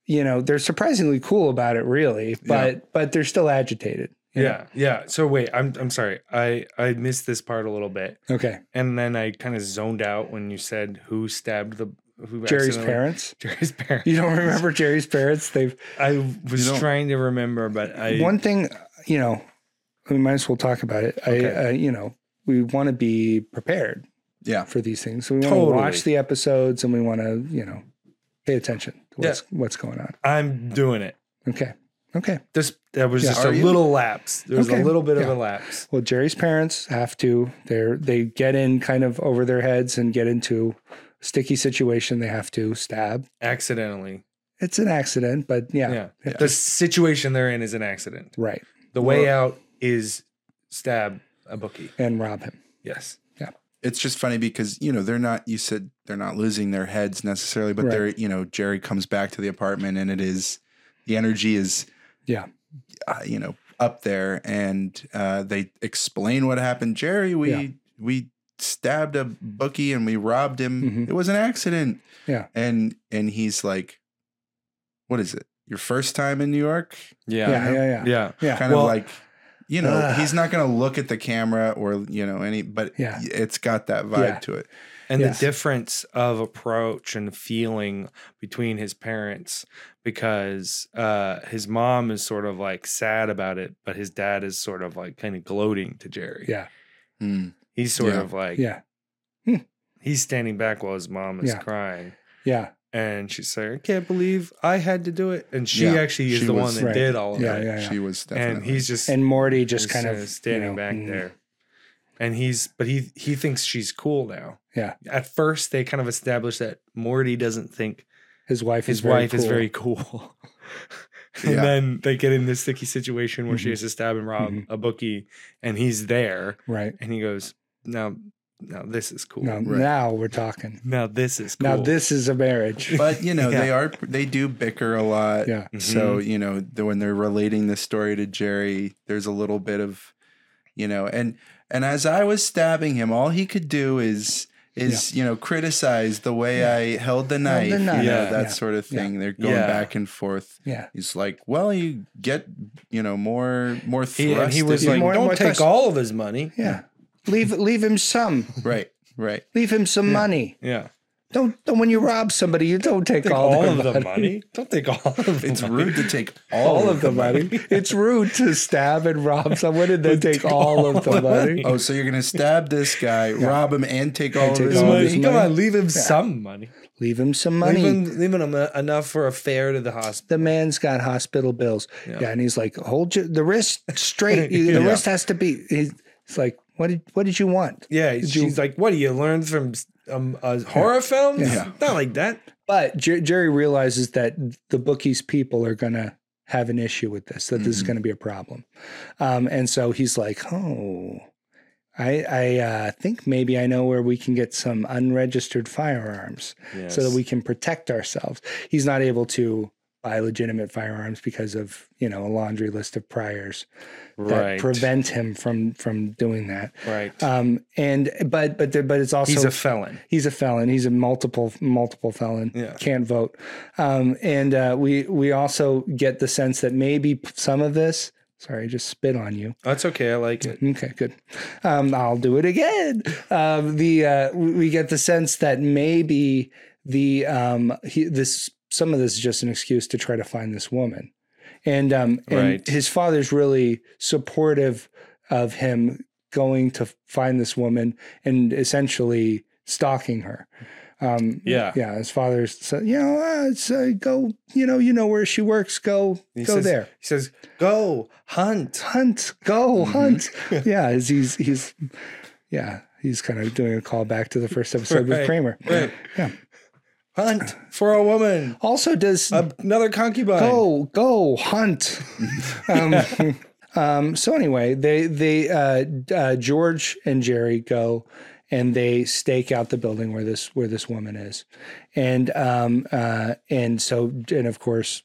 S2: you know they're surprisingly cool about it really, but but they're still agitated. you know?
S3: yeah, yeah. So wait, I'm I'm sorry. I I missed this part a little bit,
S2: Okay.
S3: and then I kind of zoned out when you said who stabbed the who
S2: Jerry's
S3: accidentally-
S2: parents.
S3: Jerry's parents.
S2: You don't remember Jerry's parents? They've
S3: I was
S1: You don't-
S3: trying to remember, but I
S2: one thing you know we might as well talk about it.
S3: Okay.
S2: I, I you know we want to be prepared
S1: Yeah.
S2: for these things. So we want
S3: Totally.
S2: to watch the episodes and we want to, you know, pay attention to what's what's going on.
S3: I'm doing it.
S2: Okay. Okay.
S3: This that was
S2: Yeah,
S3: just a
S1: are you?
S3: little lapse. There was
S2: Okay,
S3: a little bit of
S2: yeah.
S3: a lapse.
S2: Well, Jerry's parents have to they're they get in kind of over their heads and get into a sticky situation they have to stab.
S3: Accidentally.
S2: It's an accident, but yeah.
S3: Yeah.
S1: Yeah.
S3: The situation they're in is an accident.
S2: Right.
S3: The way out is stab a bookie.
S2: And rob him.
S3: Yes.
S1: it's just funny because you know they're not you said they're not losing their heads necessarily but
S2: Right.
S1: they're you know jerry comes back to the apartment and it is the energy is
S2: Yeah.
S1: uh, you know up there and uh, they explain what happened jerry we
S2: Yeah.
S1: we stabbed a bookie and we robbed him
S2: Mhm.
S1: it was an accident
S2: Yeah.
S1: and and he's like what is it your first time in new york
S2: Yeah. Yeah. Yeah. Yeah. uh,
S3: Yeah.
S1: kind
S3: Well-
S1: of like you know
S2: Ugh.
S1: he's not going to look at the camera or you know any but
S2: Yeah.
S1: it's got that vibe
S2: Yeah.
S1: to it
S3: And
S2: Yes.
S3: the difference of approach and feeling between his parents because uh, his mom is sort of like sad about it, but his dad is sort of like kind of gloating to Jerry.
S2: Yeah.
S1: Hmm.
S3: He's sort
S1: Yeah.
S3: of like,
S2: Yeah.
S3: he's standing back while his mom is
S2: Yeah.
S3: crying.
S2: Yeah.
S3: And she's like, I can't believe I had to do it. And she
S1: Yeah.
S3: actually is
S1: She
S3: the
S1: was-
S3: one that
S2: Right.
S3: did all of
S2: Yeah.
S3: it.
S2: Yeah.
S1: She was definitely.
S3: And he's just
S2: And Morty just
S3: he's
S2: kind
S3: sort
S2: of
S3: uh, standing
S2: you know,
S3: back
S2: mm,
S3: there. And he's but he he thinks she's cool now.
S2: Yeah.
S3: At first they kind of establish that Morty doesn't think
S2: His wife
S3: his
S2: is very
S3: wife is
S2: cool.
S3: very cool. and
S1: Yeah.
S3: then they get in this sticky situation where
S2: Mm-hmm.
S3: she has to stab and rob
S2: Mhm.
S3: a bookie, and he's there,
S2: right.
S3: and he goes, "Now, now this is cool.
S2: Now, now we're talking.
S3: Now this is cool.
S2: Now this is a marriage.
S1: but you know
S3: Yeah.
S1: they are they do bicker a lot.
S2: yeah.
S3: Mm-hmm.
S1: So you know the, when they're relating this story to Jerry, there's a little bit of, you know, and and as I was stabbing him, all he could do is is you know criticize the way I held the knife, you know,
S2: knife.
S3: Yeah.
S1: that
S2: Yeah.
S1: sort of
S2: Yeah.
S1: thing. They're going
S3: Yeah.
S1: back and forth.
S2: Yeah.
S1: He's like, well, you get you know more more
S3: he, and
S1: thrust.
S3: he was
S1: if you-"
S3: like,
S2: more and
S3: "Don't
S2: more
S3: take
S2: thrust.
S3: all of his money."
S2: Yeah. Leave leave him some.
S1: right, right.
S2: Leave him some money.
S3: Yeah,
S2: Don't, don't when you rob somebody, you don't take,
S3: take
S2: all,
S3: all,
S2: their
S3: of the
S2: money.
S3: money. Don't take all of.
S1: It's
S3: the money.
S1: rude to take all,
S2: All of the money. it's rude to stab and rob someone and then take all of the money.
S1: Oh, so you're gonna stab this guy, rob him, and take all
S2: take
S1: of his
S2: all
S3: Come
S2: of
S1: money?
S2: his
S3: on, come
S2: money.
S3: on, leave him some money.
S2: Leave him some money.
S3: Leave him, leave him em- enough for a fare to the hospital.
S2: the man's got hospital bills. Yeah,
S3: Yeah.
S2: and he's like, hold your, the wrist straight. You- The
S1: Yeah.
S2: wrist has to be. He's, he's like, what did what did you want?
S3: Yeah,
S2: Did
S3: she's
S2: you-
S3: like, "What do you learn from um, uh, horror films?
S1: Yeah.
S3: Not like that."
S2: But Jer- Jerry realizes that the bookies people are gonna have an
S3: Mm-hmm.
S2: issue with this. That this is
S1: Mhm.
S2: gonna be a problem. Um, and so he's like, oh, I, I uh, think maybe I know where we can get some unregistered firearms so that
S3: Yes.
S2: we can protect ourselves. He's not able to buy legitimate firearms because of you know a laundry list of priors that
S3: right
S2: prevent him from from doing that.
S3: right.
S2: Um, and but but there, but it's also
S3: He's a felon.
S2: he's a felon. He's a multiple multiple felon.
S3: Yeah.
S2: Can't vote. Um, and uh, we we also get the sense that maybe p- some of this. Sorry, I just spit on you.
S3: That's okay. I like it.
S2: Okay, good. Um, I'll do it again. Um, the uh, we we get the sense that maybe the um, he, this some of this is just an excuse to try to find this woman, and um, and
S3: Right.
S2: his father's really supportive of him going to find this woman and essentially stalking her. Um,
S3: Yeah.
S2: yeah. His father's said, you know, uh, it's, uh, go, you know, you know where she works. Go,
S3: He
S2: go
S3: says,
S2: there
S3: He says, "Go hunt."
S2: hunt, go
S1: Mhm.
S2: hunt. yeah, he's, he's he's yeah, he's kind of doing a callback to the first episode with
S3: Right.
S2: Kramer.
S3: Right.
S2: Yeah.
S3: Hunt for a woman.
S2: Also, does
S3: Another concubine.
S2: go go hunt? um, um, so anyway, they they uh, d- uh, George and Jerry go. And they stake out the building where this where this woman is, and um uh and so and of course,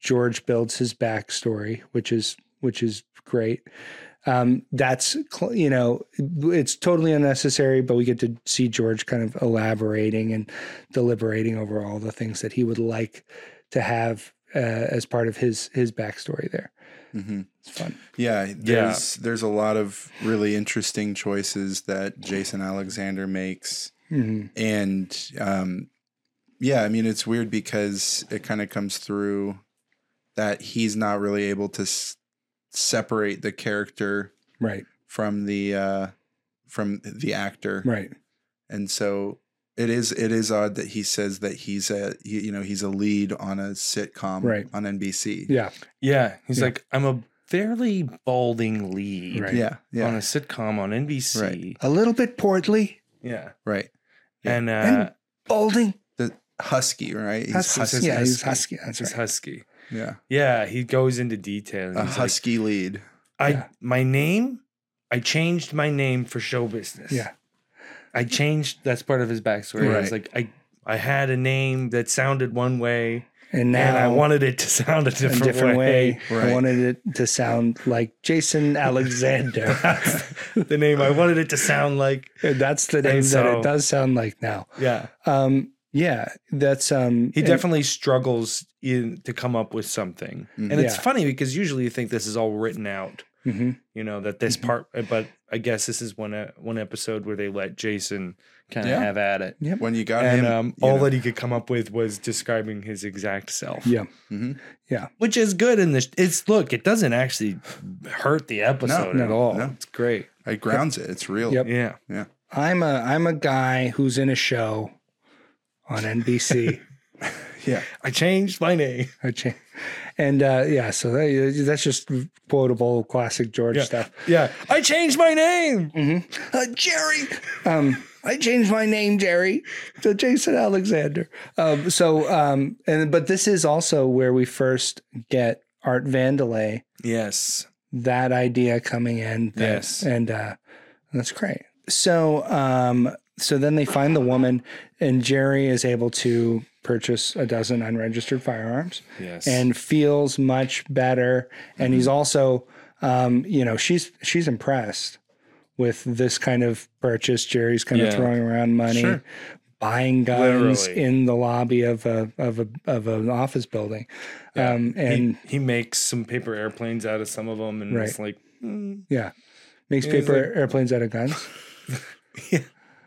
S2: George builds his backstory, which is which is great. um, that's cl- you know it's totally unnecessary but we get to see george kind of elaborating and deliberating over all the things that he would like to have uh, as part of his his backstory there
S1: Mm-hmm.
S2: it's fun
S1: Yeah, there's there's a lot of really interesting choices that Jason Alexander makes, Mm-hmm.
S2: hmm
S1: and um, yeah, I mean it's weird because it kind of comes through that he's not really able to s- separate the character
S2: right
S1: from the uh, from the actor,
S2: right
S1: and so it is it is odd that he says that he's a he, you know he's a lead on a sitcom
S2: Right.
S1: on NBC.
S2: yeah
S3: Yeah. He's
S2: Yeah.
S3: like, I'm a fairly balding lead
S2: Right.
S1: yeah, yeah,
S3: on a sitcom on NBC.
S1: Right.
S2: a little bit portly
S3: Yeah.
S1: right. Yeah.
S3: And uh,
S2: And- balding
S1: The husky, right? He's
S2: husky.
S3: husky.
S2: yeah he's
S3: Husky.
S2: husky that's
S3: he's
S2: right
S3: husky.
S1: Yeah.
S3: Yeah. He goes into detail. and
S1: A
S3: he's like,
S1: husky lead.
S3: I
S2: Yeah.
S3: my name. I changed my name for show business.
S2: yeah
S3: I changed. That's part of his backstory. I was like, I I had a name that sounded one way,
S2: and now
S3: and I wanted it to sound a
S2: a
S3: different,
S2: different, way,
S1: Right.
S2: i wanted it to sound like jason alexander
S3: the name I wanted it to sound like.
S2: that's the name that
S3: so-
S2: it does sound like now
S3: Yeah,
S2: um yeah that's um
S3: he
S2: and-
S3: definitely struggles in to come up with something, and it's
S2: Mm-hmm. Yeah.
S3: funny because usually you think this is all written out.
S2: Mhm.
S3: You know that this part, but I guess this is one uh, one episode where they let Jason kind of
S1: Yeah.
S3: have at it.
S1: When you got him,
S3: And um,
S1: you
S3: all
S1: know.
S3: that he could come up with was describing his exact self.
S2: Yeah.
S1: Mhm.
S3: which is good in this. It's look, it doesn't actually hurt the episode
S2: No,
S3: at all.
S1: no.
S3: It's great.
S1: it grounds it. It's real.
S2: Yep.
S3: Yeah,
S2: I'm a I'm a guy who's in a show on NBC.
S1: Yeah.
S3: I changed my name.
S2: I cha- and uh, yeah, so that, that's just quotable classic George stuff.
S3: Yeah, I changed my name.
S2: Uh, Jerry, um, I changed my name, Jerry, to Jason Alexander. Um, so um, and but this is also where we first get Art Vandelay
S3: Yes,
S2: that idea coming in. that-
S3: Yes.
S2: and uh, that's great. So, um, so then they find the woman, and Jerry is able to purchase a dozen unregistered firearms
S3: yes,
S2: and feels much better. And he's
S3: Mm-hmm.
S2: also, um, you know, she's she's impressed with this kind of purchase. Jerry's kind of
S3: Yeah.
S2: throwing around money.
S1: Sure.
S2: Buying guns
S3: Literally.
S2: in the lobby of a of a of an office building,
S3: Yeah.
S2: um,
S3: He-
S2: and
S3: he, makes some paper airplanes out of some of them, and it's like, mm.
S2: yeah, makes
S3: He's
S2: paper
S3: like-
S2: airplanes out of guns.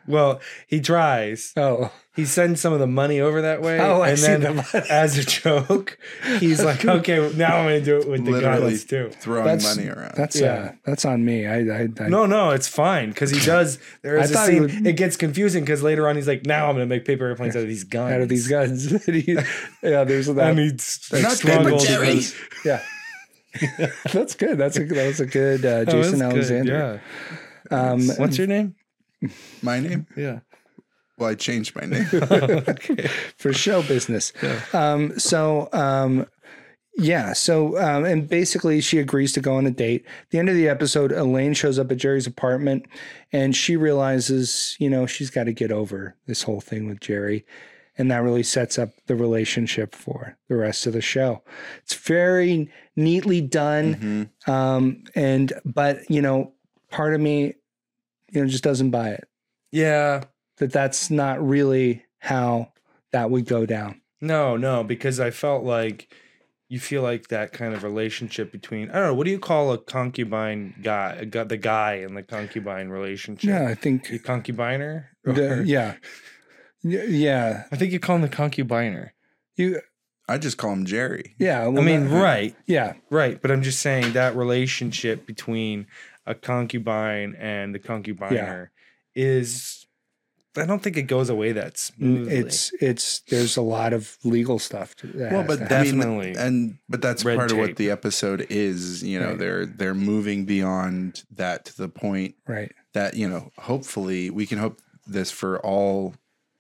S3: well, he tries.
S2: Oh,
S3: He sends some of the money over that way.
S2: Oh, I
S3: and
S2: see
S3: then
S2: the money.
S3: As a joke, he's like, okay, well, now I'm going to do it with the
S1: Literally.
S3: guns too.
S1: Throwing
S2: That's-
S1: money around.
S2: that's uh,
S3: Yeah.
S2: that's on me. I, I, I
S3: No, no, it's fine because he does. There
S2: I
S3: is a
S2: thought he
S3: scene.
S2: would-
S3: It gets confusing because later on he's like, "Now I'm going to make paper airplanes out of these guns."
S2: out of these guns. yeah, there's that.
S3: and he s-
S1: Not
S3: struggles.
S1: paper
S3: with-
S1: cherries.
S2: yeah. that's good. That's a that was a good uh,
S3: Oh, that's
S2: Jason
S3: good,
S2: Alexander. Um,
S3: Yeah. What's your name?
S1: my name?
S3: Yeah.
S1: Well, I changed my name.
S3: okay.
S2: for show business. Um, so um, Yeah. So, um, and basically, she agrees to go on a date. At the end of the episode, Elaine shows up at Jerry's apartment and she realizes, you know, she's got to get over this whole thing with Jerry. And that really sets up the relationship for the rest of the show. It's very neatly done.
S1: Mhm.
S2: Um, and, but, you know, part of me, you know, just doesn't buy it
S3: Yeah.
S2: that that's not really how that would go down.
S3: No, no, because I felt like you feel like that kind of relationship between I don't know what do you call a concubine guy, a gu- the guy in the concubine relationship?
S2: Yeah. I think,
S3: you concubiner.
S2: the,
S3: Or-
S2: yeah. Y- Yeah.
S3: I think you call him the concubiner.
S2: You,
S1: I just call him Jerry.
S2: yeah.
S3: I
S2: well,
S3: mean,
S2: that-
S3: right,
S2: Yeah.
S3: right, but I'm just saying that relationship between a concubine and the concubiner is. I don't think it goes away that smoothly.
S2: It's it's there's a lot of legal stuff. To, that
S1: Well,
S2: has
S1: but
S2: to happen.
S1: I mean,
S3: Definitely.
S1: and but that's
S3: Red
S1: part of
S3: tape.
S1: what the episode is. You know,
S2: Right.
S1: they're they're moving beyond that to the point
S2: right.
S1: that you know. Hopefully, we can hope this for all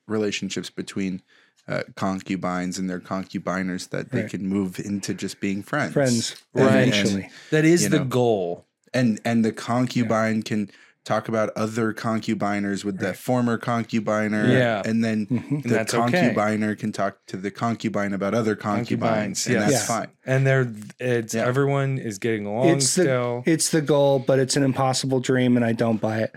S1: relationships between uh, concubines and their concubiners that they
S2: Right.
S1: can move into just being friends.
S2: Friends
S1: And- and-
S2: eventually.
S3: that is
S1: you
S3: the
S1: know.
S3: goal.
S1: and and the concubine can talk about other concubiners with that former concubiner
S3: Yeah.
S1: and then
S2: Mhm.
S1: the
S3: that's okay.
S1: concubiner can talk to the concubine about other concubines,
S3: Concubines,
S1: and
S3: yes.
S1: that's
S2: Yeah.
S1: fine
S3: And they're it's
S1: Yeah.
S3: everyone is getting along
S2: It's the
S3: still.
S2: it's the goal, but it's an impossible dream, and I don't buy it.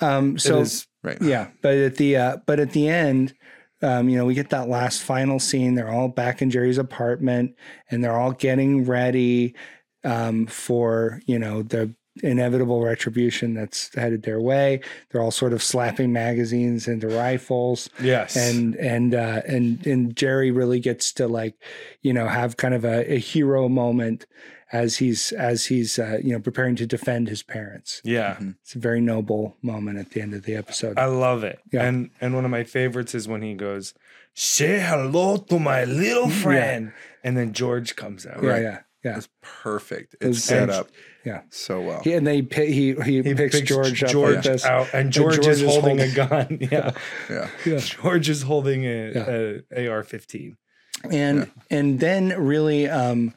S2: Um, so
S3: it is
S1: right
S2: yeah, but at the uh, but at the end, um, you know, we get that last final scene. They're all back in Jerry's apartment, and they're all getting ready um, for you know the inevitable retribution that's headed their way. They're all sort of slapping magazines into rifles.
S3: yes.
S2: and and uh, and and Jerry really gets to like, you know, have kind of a, a hero moment as he's as he's uh, you know preparing to defend his parents.
S3: yeah.
S2: It's a very noble moment at the end of the episode.
S3: I love it.
S2: Yeah.
S3: And and one of my favorites is when he goes, "Say hello to my little friend," and then George comes out.
S2: yeah,
S1: right.
S2: yeah, yeah,
S1: It's perfect.
S2: It's
S1: It's set
S2: edged.
S1: up
S2: Yeah.
S1: so well.
S2: He, and they pi- he he,
S3: He
S2: picks, George up like this.
S3: out, and George,
S2: George
S3: is,
S2: is
S3: holding a gun. Yeah.
S1: Yeah.
S2: Yeah.
S3: George is holding a, a AR-15.
S2: and and then really um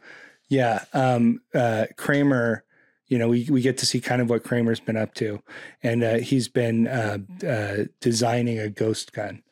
S2: yeah um uh kramer you know we, we get to see kind of what kramer's been up to and uh, he's been uh, uh designing a ghost gun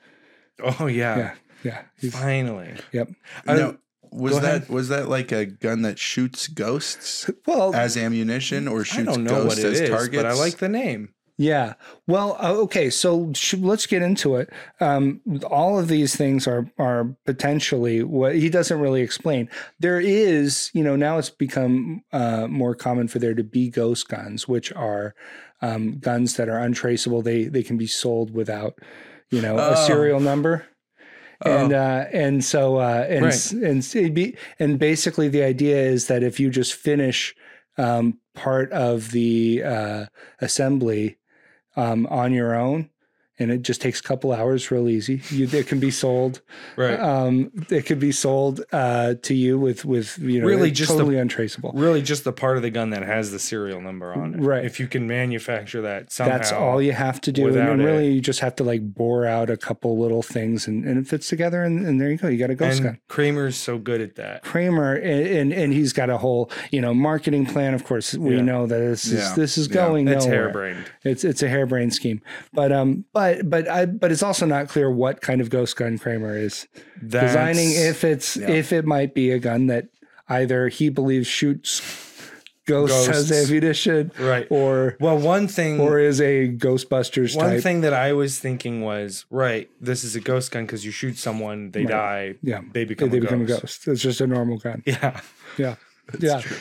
S3: Oh yeah,
S2: yeah yeah He's-
S3: finally.
S2: yep
S3: I-
S1: now, was
S3: go
S1: that
S3: ahead.
S1: was that like a gun that shoots ghosts
S2: well
S1: as ammunition or shoots
S3: I don't know what
S1: ghosts
S3: it
S1: as
S3: is,
S1: targets?
S3: but I like the name.
S2: yeah well uh, okay so sh- let's get into it um all of these things are are potentially what he doesn't really explain there is you know now it's become uh more common for there to be ghost guns which are um, guns that are untraceable. They they can be sold without, you know, a
S1: Oh.
S2: serial number. And uh, and so uh, and
S3: Oh. Right.
S2: s- and s- it'd be, and basically the idea is that if you just finish um, part of the uh, assembly um, on your own, and it just takes a couple hours, real easy. You, it can be sold.
S3: Right.
S2: Um, it could be sold uh, to you with with you know
S3: Really just the-
S2: totally untraceable.
S3: really, just the part of the gun that has the serial number on it.
S2: Right.
S3: If you can manufacture that somehow,
S2: that's all you have to do and,
S3: without
S2: and
S3: it.
S2: really you just have to like bore out a couple little things and, and it fits together and, and there you go you got a ghost gun
S3: And Kramer's so good at that.
S2: kramer and, and and he's got a whole you know marketing plan of course we
S3: Yeah.
S2: know that this is
S1: Yeah.
S2: this is
S1: Yeah.
S2: going
S3: That's
S2: nowhere
S3: harebrained.
S2: it's it's a harebrained scheme but um but but i but it's also not clear what kind of ghost gun kramer is
S3: That's,
S2: designing if it's
S1: Yeah.
S2: if it might be a gun that either he believes shoots ghosts,
S3: Ghosts.
S2: as ammunition
S3: right.
S2: or
S3: Well, one thing
S2: or is a ghostbusters
S3: one
S2: type
S3: thing that I was thinking was right. This is a ghost gun because you shoot someone, they die,
S2: yeah
S3: they become
S2: they
S3: a
S2: become
S3: ghost.
S2: a ghost. It's just a normal gun.
S3: Yeah,
S2: Yeah. yeah.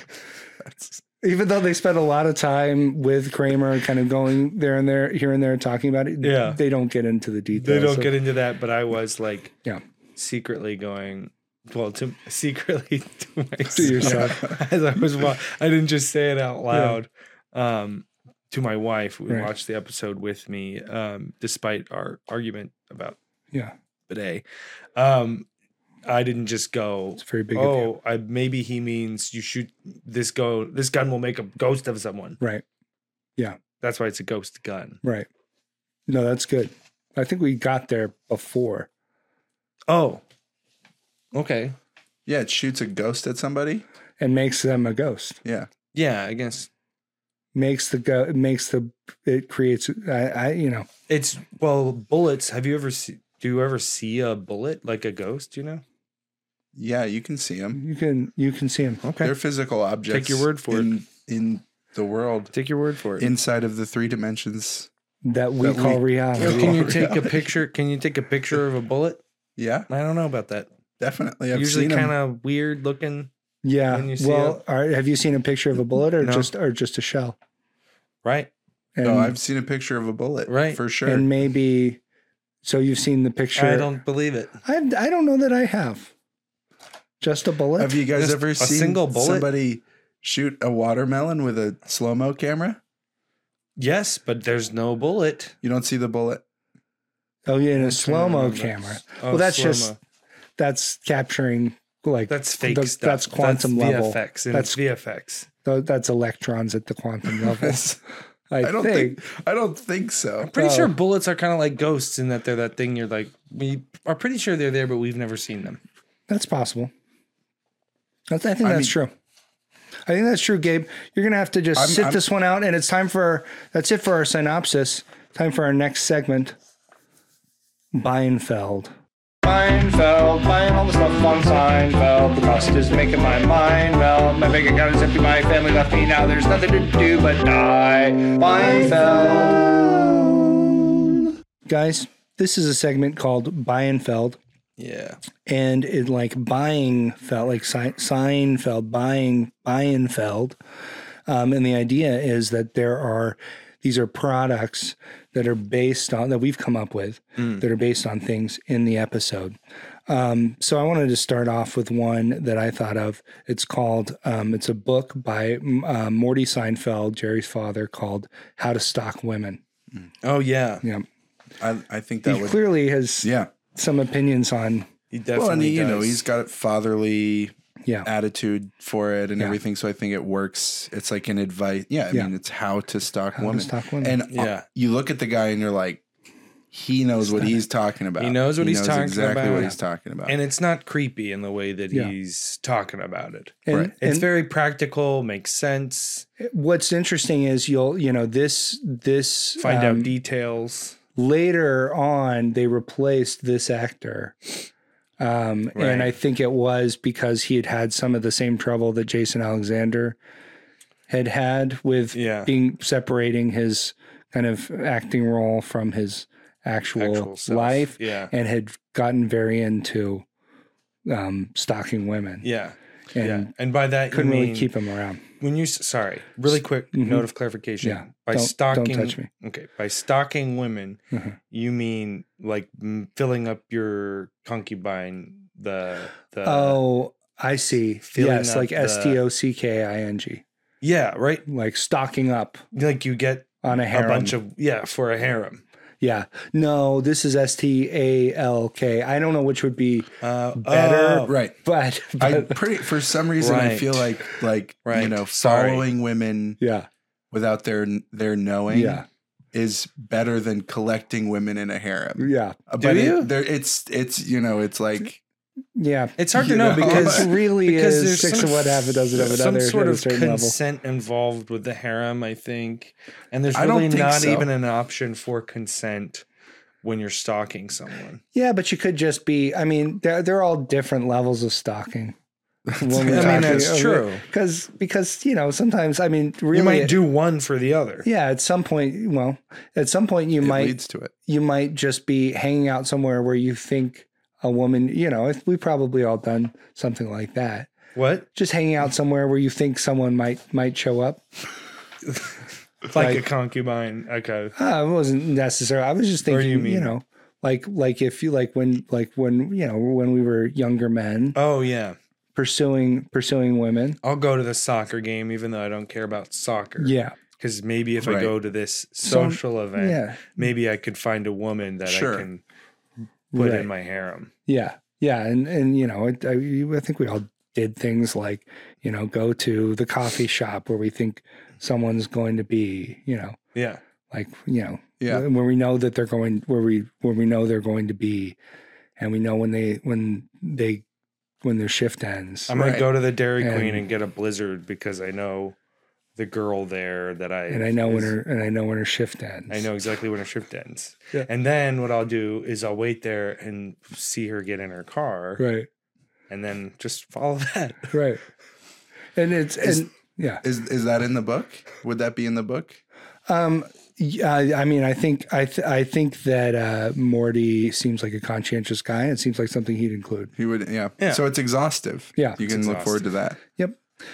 S2: Even though they spent a lot of time with Kramer, kind of going there and there, here and there, talking about it,
S3: Yeah.
S2: they don't get into the details.
S3: they don't
S2: of-
S3: get into that. But I was like,
S2: Yeah.
S3: secretly going. Well, to secretly to myself,
S2: yourself.
S3: as I was, wa- I didn't just say it out loud. Um, to my wife, who
S2: Right.
S3: watched the episode with me, um, despite our argument about
S2: Yeah,
S3: bidet. Um, I didn't just go.
S2: it's very big. of you.
S3: oh, I, maybe he means you shoot this go. This gun will make a ghost of someone.
S2: right,
S3: That's why it's a ghost gun.
S2: right. No, that's good. I think we got there before.
S3: Oh, okay.
S1: Yeah, it shoots a ghost at somebody.
S2: and makes them a ghost.
S1: Yeah.
S3: Yeah, I guess
S2: Makes the go makes the it creates I, I you know
S3: it's well bullets. Have you ever see, do you ever see a bullet like a ghost? You know,
S1: Yeah, you can see them.
S2: you can you can see them.
S3: okay,
S1: They're physical objects.
S3: your word for it.
S1: in, In the world,
S3: take your word for it.
S1: inside of the three dimensions.
S2: that we
S1: That we-
S2: call
S3: Or
S2: reality.
S3: can you take a picture? Can you take a picture of a bullet?
S1: Yeah,
S3: I don't know about that.
S1: definitely. I've
S3: Usually
S1: seen 'em.
S3: kind of weird looking,
S2: Yeah.
S3: When you see
S2: Well, are, have you seen a picture of a bullet or
S3: No.
S2: just or just a shell?
S3: right?
S2: And,
S1: No, Oh, I've seen a picture of a bullet.
S3: Right.
S1: For sure.
S2: and maybe so you've seen the picture.
S3: I don't believe it.
S2: I've, I don't know that I have. Just a bullet.
S1: Have you guys
S3: Just
S1: ever
S3: a
S1: seen
S3: single bullet?
S1: somebody shoot a watermelon with a slow mo camera?
S3: Yes, but there's no bullet.
S1: You don't see the bullet.
S2: oh, yeah, in
S3: I'm
S2: a
S3: trying to
S2: slow mo
S3: remember.
S2: camera.
S3: Oh,
S2: well, that's
S3: slow-mo.
S2: just that's capturing like
S3: that's fake
S2: that's-
S3: stuff.
S2: that's quantum level.
S3: VFX and
S2: That's-
S3: that's VFX.
S2: tho- that's electrons at the quantum level. I,
S1: I don't
S2: think.
S1: think. I don't think so.
S3: I'm pretty
S2: Oh.
S3: sure bullets are kind of like ghosts in that they're that thing you're like we are pretty sure they're there, but we've never seen them.
S2: that's possible. That's, I think
S1: I
S2: that's
S1: mean-
S2: true. I think that's true, Gabe. You're gonna have to just
S1: I'm-
S2: sit
S1: I'm-
S2: this one out, and it's time for our, that's it for our synopsis. Time for our next segment. Beinfeld.
S4: Seinfeld, buying all the stuff on Seinfeld. The cost is making my mind melt. My bank account is empty, my family left me. Now there's nothing to do but die. Seinfeld.
S2: Guys, this is a segment called Beinfeld.
S3: Yeah,
S2: and it like buying felt like Sein- Seinfeld buying Bienfeld. Um, and the idea is that there are these are products that are based on that we've come up with
S1: Mm.
S2: that are based on things in the episode. Um, so I wanted to start off with one that I thought of. It's called um, it's a book by mm, uh, Morty Seinfeld, Jerry's father, called How to Stalk Women.
S3: Oh yeah,
S2: Yeah,
S1: I, I think
S2: he
S1: that would.
S2: clearly has
S1: Yeah.
S2: some opinions on
S3: he definitely.
S1: Well, and he, you know,
S3: does.
S1: he's got a fatherly
S2: yeah.
S1: attitude for it and
S2: Yeah.
S1: everything. So I think it works. It's like an advice. Yeah. I
S2: Yeah.
S1: mean, it's how to stalk
S2: How to
S1: women.
S2: stalk women.
S1: And uh,
S3: Yeah.
S1: you look at the guy and you're like, he knows what he's talking about.
S3: He knows what he's talking
S1: exactly
S3: about.
S1: what he's talking about.
S3: and it's not creepy in the way that
S2: Yeah.
S3: he's talking about it.
S2: And,
S1: Right.
S3: It's
S2: and-
S3: very practical, makes sense.
S2: what's interesting is you'll you know this this
S3: Find
S2: um,
S3: out details.
S2: later on they replaced this actor um
S3: Right.
S2: and i think it was because he had had some of the same trouble that jason alexander had had with
S3: Yeah,
S2: being separating his kind of acting role from his actual,
S3: self.
S2: life
S3: Yeah,
S2: and had gotten very into um stalking women
S3: yeah,
S2: and
S3: yeah. And by that,
S2: couldn't
S3: you mean
S2: really keep him around
S3: when you s- sorry. Really quick
S2: Mhm.
S3: note of clarification.
S2: Yeah.
S3: By
S2: don't,
S3: stalking,
S2: don't touch me
S3: okay. By stalking women,
S2: Uh-huh.
S3: You mean like m- filling up your concubine the the
S2: Oh, I see.
S3: filling
S2: Yes,
S3: up
S2: like
S3: Uh, the-
S2: S T O C K I N G,
S3: yeah right
S2: like stocking up
S3: like you get
S2: on a harem.
S3: a bunch of yeah for a harem
S2: yeah. No, this is S T A L K. I don't know which would be,
S3: uh,
S2: Better-
S3: oh,
S1: right.
S2: but,
S1: I
S2: but-
S1: pretty for some reason I
S3: Right.
S1: feel like like you
S3: Right.
S1: know
S3: Sorry.
S1: following women
S2: yeah,
S1: without their their knowing
S2: yeah,
S1: is better than collecting women in a harem.
S2: yeah,
S1: Uh,
S3: Do
S1: but it-
S3: you?
S1: there, it's it's you know it's like
S2: yeah.
S3: It's hard
S1: You
S3: to know,
S1: know,
S3: because
S2: It really
S3: because
S2: is
S3: there's
S2: six
S3: some,
S2: of one, half a dozen of
S3: some
S2: another.
S3: sort
S2: at a
S3: of
S2: certain level.
S3: consent involved with the harem, I think, and there's
S1: I don't
S3: really
S1: think
S3: not
S1: so.
S3: even an option for consent when you're stalking someone.
S2: Yeah, but you could just be. I mean, they're they're all different levels of stalking. When
S3: I
S2: we're
S3: mean,
S2: talking-
S3: that's true.
S2: because because you know sometimes I mean really
S3: you might do one for the other.
S2: yeah at some point well at some point you
S1: it
S2: might
S1: leads to it.
S2: you might just be hanging out somewhere where you think a woman, you know, if we probably all done something like that.
S3: What?
S2: Just hanging out somewhere where you think someone might might show up.
S3: Like, a
S2: Like-
S3: concubine. Okay.
S2: Ah, it wasn't necessary. I was just
S3: Or do
S2: thinking,
S3: you
S2: you,
S3: mean-
S2: know, like like if you like when like when you know when we were younger men
S3: Oh yeah.
S2: pursuing pursuing women.
S3: I'll go to the soccer game, even though I don't care about soccer.
S2: Yeah,
S3: Because maybe if I
S1: Right.
S3: go to this
S2: So-
S3: social event,
S2: yeah,
S3: maybe I could find a woman that
S1: Sure.
S3: I can put
S2: Right.
S3: in my harem.
S2: yeah, yeah, and and you know, it, I, you- I think we all did things like you know go to the coffee shop where we think someone's going to be, you know,
S3: Yeah.
S2: like you know
S1: Yeah.
S2: where we know that they're going where we where we know they're going to be and we know when they when they when their shift ends.
S3: I'm gonna
S1: Right.
S3: go to the Dairy Queen
S2: And-
S3: and get a blizzard because I know the girl there that I
S2: and I know when
S3: is-
S2: her and I know when her shift ends.
S3: I know exactly when her shift ends.
S2: Yeah.
S3: And then what I'll do is I'll wait there and see her get in her car
S2: Right. Hmm.
S3: and then just follow that.
S2: Right. And it's
S1: Is-
S2: and yeah.
S1: Is is that in the book? Would that be in the book?
S2: Um, yeah, I I mean, I think I th- I think that uh, Morty seems like a conscientious guy. It seems like something he'd include.
S1: He would, yeah.
S3: Yeah.
S1: So it's exhaustive.
S2: Yeah,
S1: you
S3: it's
S1: can look forward to that.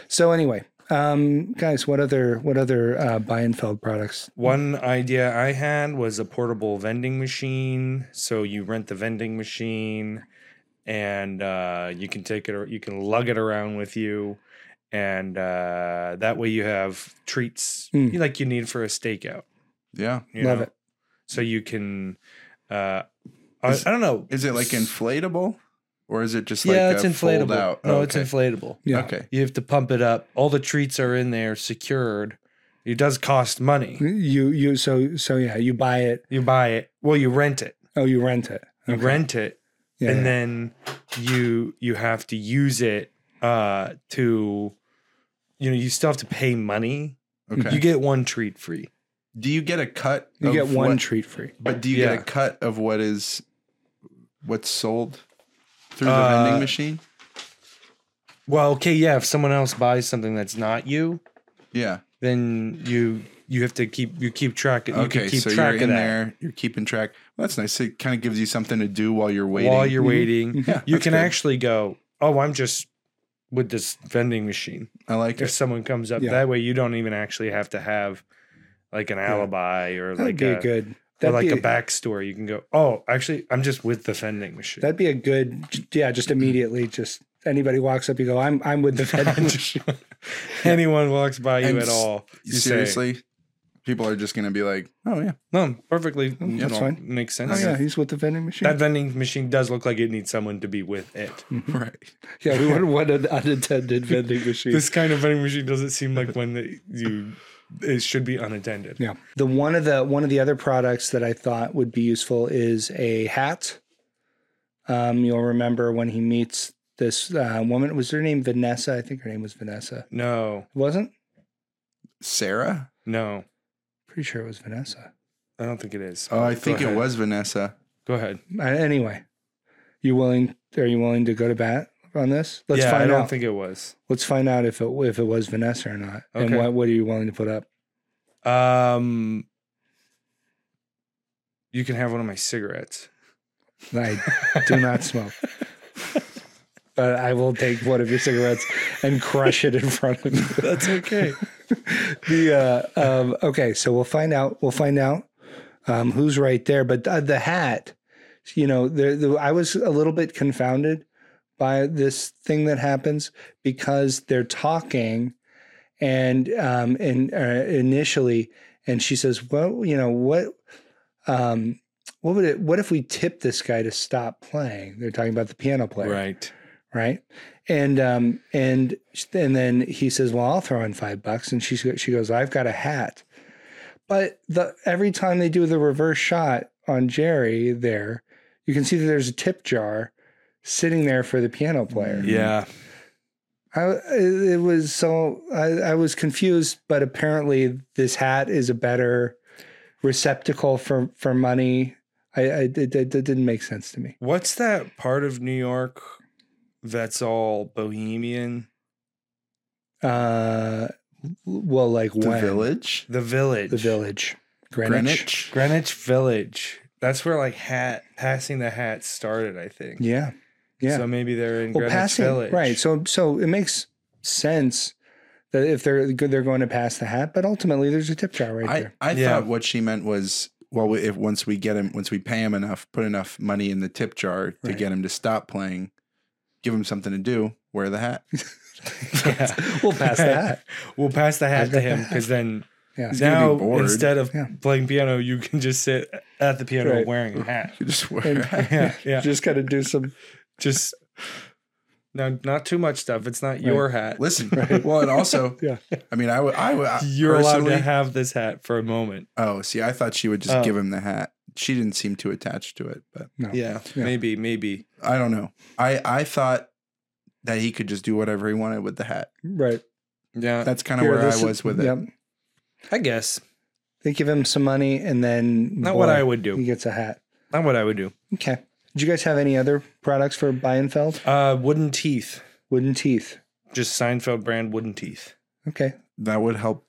S2: So anyway, um, guys, what other what other uh, Bienfeld products?
S3: One idea I had was a portable vending machine. So you rent the vending machine and uh, you can take it or you can lug it around with you. And uh, that way you have treats
S2: Mm.
S3: like you need for a stakeout.
S1: Yeah.
S3: you
S2: Love
S3: know?
S2: it.
S3: So you can, uh, I,
S1: Is-
S3: I don't know.
S1: Is it like inflatable, or is it just
S3: yeah,
S1: like
S3: it's
S1: a
S3: inflatable.
S1: Fold out?
S3: No,
S1: Oh,
S3: it's
S1: okay.
S3: inflatable.
S2: Yeah.
S1: Okay.
S3: You have to pump it up. All the treats are in there, secured. It does cost money.
S1: Mm.
S2: You you so so yeah. You buy it.
S3: You buy it. Well, you rent it.
S2: Oh, you rent it.
S3: You
S2: Okay.
S3: rent it,
S2: Yeah,
S3: and
S2: yeah.
S3: then you you have to use it uh, to, you know, you still have to pay money.
S1: Okay.
S3: You get one treat free.
S1: do you get a cut?
S2: you
S1: of
S2: get one
S1: what-
S2: treat free.
S1: but do you get
S3: Yeah.
S1: a cut of what is what's sold through the
S3: Uh,
S1: vending machine?
S3: Well, okay, yeah. If someone else buys something that's not you,
S1: Yeah.
S3: then you you have to keep you keep track. You
S1: Okay.
S3: can keep
S1: so
S3: track
S1: you're
S3: of
S1: in
S3: that.
S1: there. You're keeping track. Well, that's nice. It kind of gives you something to do while you're waiting.
S3: while you're
S2: Mhm.
S3: waiting.
S1: yeah,
S3: You
S1: that's
S3: can
S1: good.
S3: actually go, oh, I'm just with this vending machine.
S1: I like
S3: If
S1: it.
S3: someone comes up,
S2: Yeah.
S3: that way you don't even actually have to have like an alibi or
S2: That'd
S3: like
S2: be
S3: a,
S2: a, good.
S3: or
S2: That'd
S3: like
S2: be
S3: a backstory. You can go, oh, actually, I'm just with the vending machine.
S2: That'd be a good. Yeah, just
S3: Mm-hmm.
S2: immediately. Just anybody walks up, you go. I'm I'm with the vending machine.
S3: Anyone walks by you
S1: And
S3: at all, you say,
S1: Seriously, people are just gonna be like, "Oh yeah,
S3: no, perfectly,
S2: Oh,
S3: you
S2: that's
S3: know,
S2: fine.
S3: makes sense.
S2: Oh yeah, he's with the vending machine.
S3: That vending machine does look like it needs someone to be with it.
S2: Mm.
S1: right."
S2: yeah, we would want an unattended vending machine.
S3: This kind of vending machine doesn't seem like one that you it should be unattended.
S2: Yeah. The one of the one of the other products that I thought would be useful is a hat. Um, you'll remember when he meets this uh, woman. Was her name Vanessa? I think her name was Vanessa.
S3: No,
S2: It wasn't?
S1: Sarah?
S3: no,
S2: Pretty sure it was Vanessa.
S3: I don't think it is.
S1: Oh, I
S3: Go
S1: think it
S3: ahead.
S1: was Vanessa.
S3: Go ahead.
S2: Uh, anyway, you willing? Are you willing to go to bat on this? Let's
S3: yeah, I
S2: find
S3: don't
S2: out.
S3: think it was. Let's
S2: Let's find out if it if it was Vanessa or not, and
S3: Okay.
S2: what what are you willing to put up?
S3: um, you can have one of my cigarettes.
S2: I do not smoke, but I will take one of your cigarettes and crush it in front of you.
S3: That's okay.
S2: the uh, um, okay, so we'll find out. We'll find out um, who's right there. But uh, the hat, you know, there the, I was a little bit confounded by this thing that happens because they're talking, and um, and uh, initially, and she says, "Well, you know what." Um, what would it? What if we tip this guy to stop playing? They're talking about the piano player,
S3: right.
S2: right? And um, and and then he says, "Well, I'll throw in five bucks." And she she goes, "I've got a hat." But the every time they do the reverse shot on Jerry, there you can see that there's a tip jar sitting there for the piano player.
S1: Mm.
S3: Yeah.
S2: I, it was so I, I was confused, but apparently this hat is a better receptacle for for money. I, I it, it, it didn't make sense to me.
S3: What's that part of New York that's all bohemian?
S2: Uh, well, like
S1: The
S2: when?
S1: village?
S3: The village.
S2: the village greenwich,
S1: Greenwich?
S3: Greenwich Village. That's where like hat passing the hat started, I think.
S2: yeah yeah
S3: So maybe they're in
S2: well
S3: Greenwich
S2: passing
S3: Village.
S2: right so so it makes sense that if they're good they're going to pass the hat but ultimately there's a tip jar right
S1: I,
S2: there
S1: I
S3: Yeah.
S1: thought what she meant was, well, we- if once we get him, once we pay him enough, put enough money in the tip jar to
S2: Right.
S1: get him to stop playing, give him something to do, wear the hat.
S3: Yeah.
S2: we'll pass the hat
S3: We'll pass the hat
S2: I've
S3: to
S2: got
S3: him
S2: that.
S3: because then
S2: yeah
S1: He's gonna be
S3: now
S1: bored.
S3: instead of
S2: Yeah.
S3: playing piano, you can just sit at the piano
S2: Right.
S3: wearing a hat.
S1: You just wear
S2: And-
S1: a hat.
S3: Yeah, yeah.
S2: just gotta do some
S3: Just now, not too much stuff. It's not your hat.
S1: Listen,
S2: Right.
S1: well, and also,
S2: Yeah.
S1: I mean, I would, I would, I-
S3: You're allowed to
S1: personally-
S3: have this hat for a moment.
S1: Oh, see, I thought she would just
S3: Oh.
S1: give him the hat. She didn't seem too attached to it, but
S2: no
S3: Yeah,
S2: Yeah.
S3: maybe, maybe.
S1: I don't know. I I thought that he could just do whatever he wanted with the hat.
S2: Right.
S3: Yeah.
S1: That's kind of
S2: Here,
S1: where
S2: this
S1: I
S2: is-
S1: was with it.
S2: Yep.
S3: I guess.
S2: They give him some money and then
S3: Not what
S2: boy,
S3: I would
S2: He
S3: do.
S2: gets a hat.
S3: Not what I would do.
S2: Okay. Did you guys have any other products for Bienfeld?
S3: Uh, wooden teeth.
S2: Wooden teeth.
S3: Just Seinfeld brand wooden teeth.
S2: Okay.
S1: That would help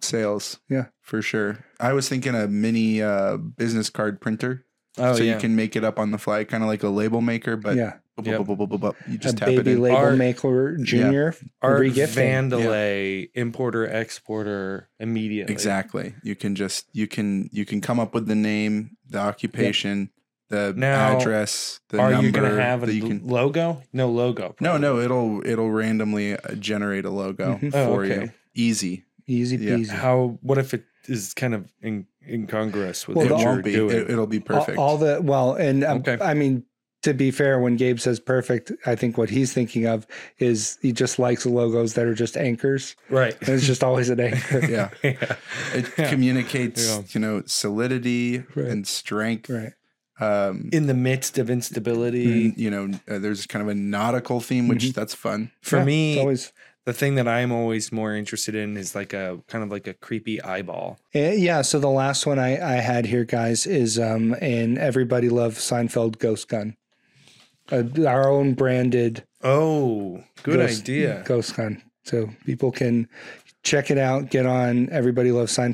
S1: sales.
S2: Yeah.
S1: For sure. I was thinking a mini uh, business card printer.
S3: Oh,
S1: so you can make it up on the fly, kind of like a label maker, but
S2: yeah.
S1: bup,
S3: Yep.
S1: bup, bup, bup, bup, bup, you
S2: A
S1: just tap it
S2: baby
S1: in.
S2: label
S3: Art-
S2: maker junior.
S3: Art
S2: Regifting.
S3: Vandalay, importer, exporter, immediately.
S1: Exactly. You can just you can you can come up with the name, the occupation, the
S3: Now,
S1: address, the
S3: Are
S1: number.
S3: you going to have a
S1: that you can,
S3: logo? No logo.
S1: no, no, it'll it'll randomly uh, generate a logo
S2: Mhm.
S3: Oh,
S1: for you.
S3: okay.
S1: Easy.
S2: Easy
S1: Yeah.
S2: peasy.
S3: How? What if it is kind of in, incongruous with
S2: Well,
S1: it
S2: the-
S3: what you're
S1: won't be.
S3: doing?
S1: It, will be
S2: All-
S1: perfect.
S2: All, the well, and um,
S3: Okay.
S2: I mean to be fair, when Gabe says perfect, I think what he's thinking of is he just likes logos that are just anchors.
S3: right.
S2: And it's just always an anchor.
S1: yeah.
S3: yeah.
S1: It
S3: Yeah.
S1: communicates,
S3: Yeah.
S1: you know, solidity
S2: Right.
S1: and strength.
S2: Right.
S1: Um,
S3: in the midst of instability.
S1: and, you know, uh, there's kind of a nautical theme, which
S3: Mm-hmm.
S2: Mhm.
S1: that's fun.
S3: For
S2: Yeah,
S3: me,
S2: it's always
S3: the thing that I'm always more interested in is like a kind of like a creepy eyeball.
S2: Eh, yeah. So the last one I, I had here, guys, is um and everybody love Seinfeld Ghost Gun. Uh, our own branded
S3: Oh, good
S2: ghost,
S3: idea.
S2: Ghost Gun. So people can check it out, get on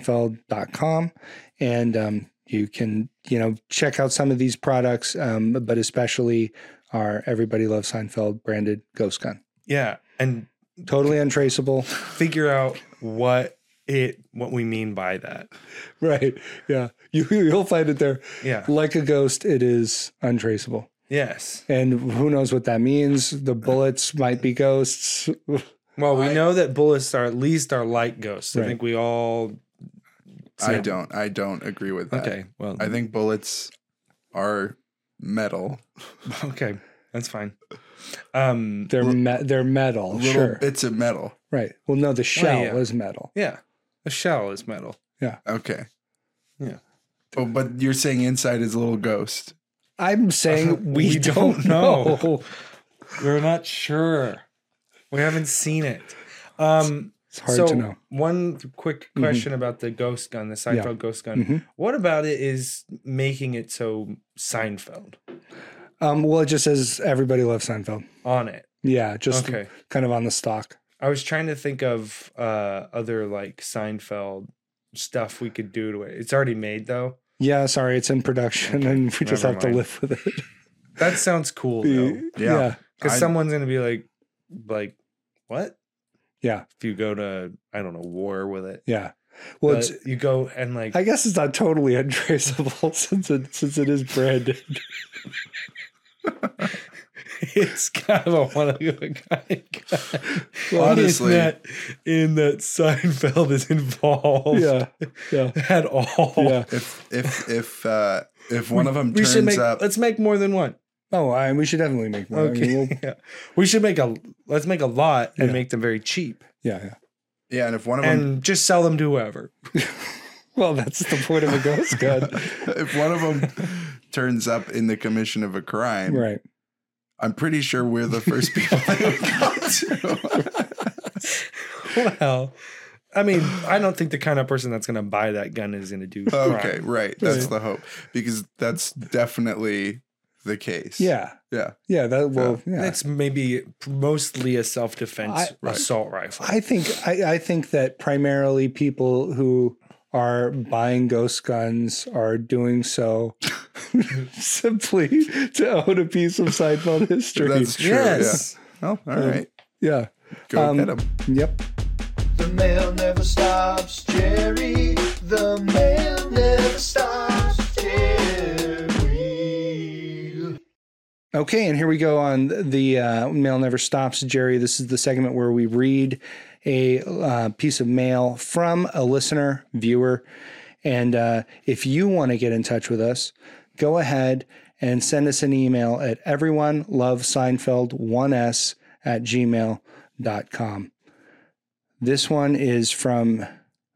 S2: everybodyloveseinfeld.com and um, you can, you know, check out some of these products, um, but especially our Everybody Loves Seinfeld branded ghost gun.
S3: Yeah, and
S2: Totally untraceable.
S3: figure out what it what we mean by that.
S2: Right. Yeah. You, you'll find it there.
S3: Yeah.
S2: Like a ghost, it is untraceable.
S3: Yes.
S2: And who knows what that means? The bullets might be ghosts.
S3: Well, we
S1: I-
S3: know that bullets are at least are like ghosts.
S2: Right.
S3: I think we all.
S1: I don't. I don't agree with that.
S3: Okay. Well.
S1: I think bullets are metal.
S3: okay. That's fine. Um.
S2: They're
S1: Li-
S2: me- they're metal.
S1: Little
S2: Sure.
S1: bits of metal.
S2: Right. Well, no, the shell
S3: yeah.
S2: is metal.
S3: Yeah. A shell is metal.
S1: Okay.
S3: Yeah.
S1: But, but you're saying inside is a little ghost.
S2: I'm saying Uh, we,
S3: we
S2: don't,
S3: don't
S2: know.
S3: know. We're not sure. We haven't seen it. Um.
S2: It's hard
S3: so
S2: to know.
S3: One quick question about the ghost gun, the Seinfeld ghost gun.
S2: Mhm.
S3: What about it is making it so Seinfeld
S2: Um, well, it just says everybody loves Seinfeld.
S3: on it?
S2: Yeah, just
S3: Okay.
S2: kind of on the stock.
S3: I was trying to think of uh, other like Seinfeld stuff we could do to it. It's already made though.
S2: Yeah, sorry, it's in production
S3: Okay,
S2: and we just
S3: never
S2: have to
S3: mind.
S2: live with it.
S3: That sounds cool though.
S1: Yeah.
S2: yeah,
S3: Because
S1: I-
S3: someone's gonna be like, like, what?
S2: yeah,
S3: If you go to I don't know war with it,
S2: yeah. Well,
S3: But
S2: it's,
S3: you go and like
S2: I guess it's not totally untraceable since it since it is branded.
S3: it's kind of a one of the kind.
S2: Well,
S1: honestly-
S3: in that, in that Seinfeld is involved
S2: yeah, yeah,
S3: at all.
S2: yeah.
S1: If if if uh if one of them
S3: We should
S1: turns
S3: make.
S1: up
S3: Let's make more than one.
S2: Oh, I, we should definitely make more. I mean,
S3: Okay.
S2: we'll-
S3: yeah. We should make a let's make a lot and
S2: Yeah.
S3: make them very cheap
S2: yeah, yeah.
S1: yeah, and if one of them
S3: and just sell them to whoever.
S2: Well, that's the point of a ghost gun,
S1: if one of them turns up in the commission of a crime,
S2: right?
S1: I'm pretty sure we're the first people they would go to.
S3: Well, I mean, I don't think the kind of person that's going to buy that gun is going to do.
S1: okay,
S3: crime.
S1: right. That's
S2: Right.
S1: the hope because that's definitely the case.
S2: Yeah,
S1: Yeah.
S2: yeah. That well, yeah.
S3: That's maybe mostly a self defense
S2: I-
S3: assault rifle.
S2: I think I, I think that primarily people who are buying ghost guns are doing so simply to own a piece of Seinfeld history.
S1: That's true.
S3: yes.
S1: Yeah. Oh, all right.
S2: yeah.
S1: Go
S2: Um,
S1: get 'em.
S2: Yep.
S5: The mail never stops, Jerry. The mail never stops, Jerry.
S2: Okay, and here we go on the uh, mail never stops, Jerry. This is the segment where we read a uh, piece of mail from a listener, viewer, and uh, if you want to get in touch with us, go ahead and send us an email at everyoneloveseinfeld1s at gmail.com. This one is from,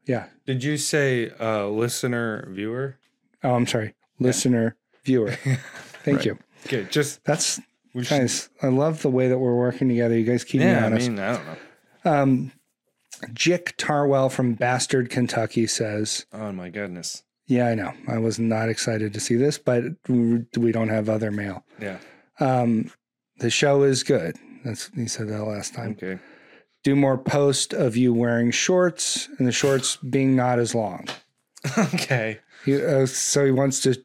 S2: yeah,
S3: Did you say uh, listener, viewer?
S2: oh, I'm sorry, listener, viewer. Thank you.
S3: Okay, just
S2: That's
S3: We should-
S2: Guys, I love the way that we're working together. You guys keep me
S3: yeah, I
S2: honest.
S3: mean, I don't know.
S2: um, Jick Tarwell from Bastard, Kentucky says,
S3: Oh my goodness.
S2: Yeah, I know. I was not excited to see this, but we we don't have other mail.
S3: Yeah.
S2: Um, the show is good. That's he said that last time.
S3: Okay.
S2: Do more post of you wearing shorts and the shorts being not as long.
S3: okay.
S2: He, uh, so he wants to.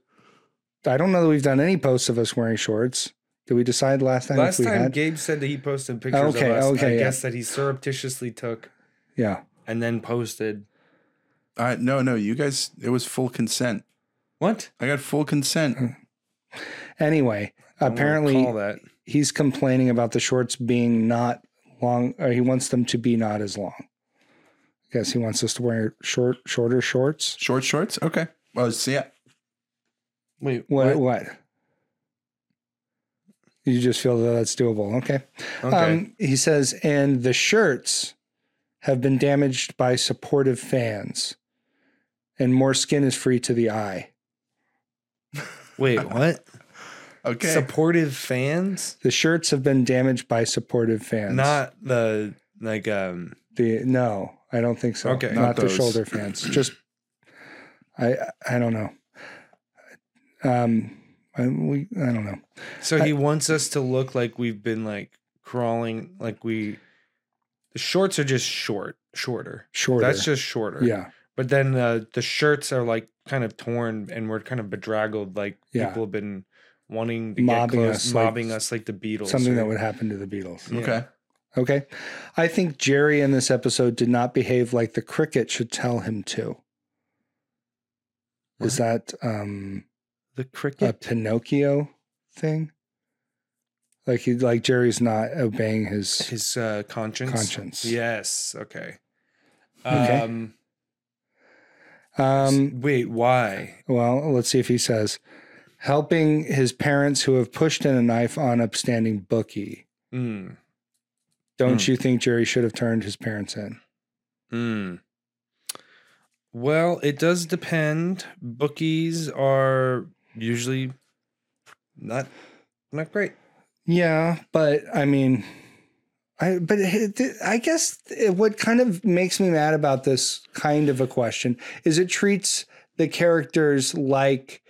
S2: I don't know that we've done any posts of us wearing shorts. Did we decide last time?
S3: Last
S2: if we
S3: time
S2: had?
S3: Gabe said that he posted pictures
S2: Okay,
S3: of us.
S2: okay,
S3: I
S2: yeah.
S3: guess that he surreptitiously took
S2: yeah.
S3: and then posted.
S1: I no, no, you guys, it was full consent.
S3: What?
S1: I got full consent.
S2: Hmm. Anyway,
S3: I don't wanna
S2: apparently
S3: call that.
S2: he's complaining about the shorts being not long, or he wants them to be not as long. I guess he wants us to wear short, shorter shorts.
S1: Short shorts? Okay. Well, see, yeah.
S3: Wait,
S2: What? What? You just feel that that's doable. Okay.
S3: Okay.
S2: Um, he says, and the shirts have been damaged by supportive fans, and more skin is free to the eye.
S3: Wait, what?
S1: Okay.
S3: Supportive fans?
S2: The shirts have been damaged by supportive fans.
S3: Not the like um
S2: the no, I don't think so.
S3: Okay.
S2: not,
S1: Not
S2: the
S1: those.
S2: shoulder fans. Just I I don't know. Um, I, we I don't know.
S3: so he wants us to look like we've been like crawling like we the shorts are just short, shorter.
S2: Shorter.
S3: That's just shorter.
S2: yeah.
S3: But then uh, the shirts are like kind of torn and we're kind of bedraggled like
S2: Yeah.
S3: people have been wanting to
S2: Mobbing
S3: get close,
S2: us, like
S3: mobbing us like the Beatles.
S2: Something that
S3: or-
S2: would happen to the Beatles.
S3: Yeah.
S1: Okay.
S2: Okay. I think Jerry in this episode did not behave like the cricket should tell him to. Is that um,
S3: the
S2: a
S3: cricket.
S2: Pinocchio thing? Like he like Jerry's not obeying his
S3: his uh, conscience.
S2: conscience.
S3: Yes. Okay.
S2: Okay.
S3: Um,
S2: Um
S3: um. Wait. Why?
S2: well, let's see if he says helping his parents who have pushed in a knife on upstanding bookie.
S3: Mm.
S2: Don't
S3: Hmm.
S2: you think Jerry should have turned his parents in?
S3: Mm. Well, it does depend. Bookies are usually not not great.
S2: Yeah, but I mean, I but it- it- I guess it, what kind of makes me mad about this kind of a question is it treats the characters like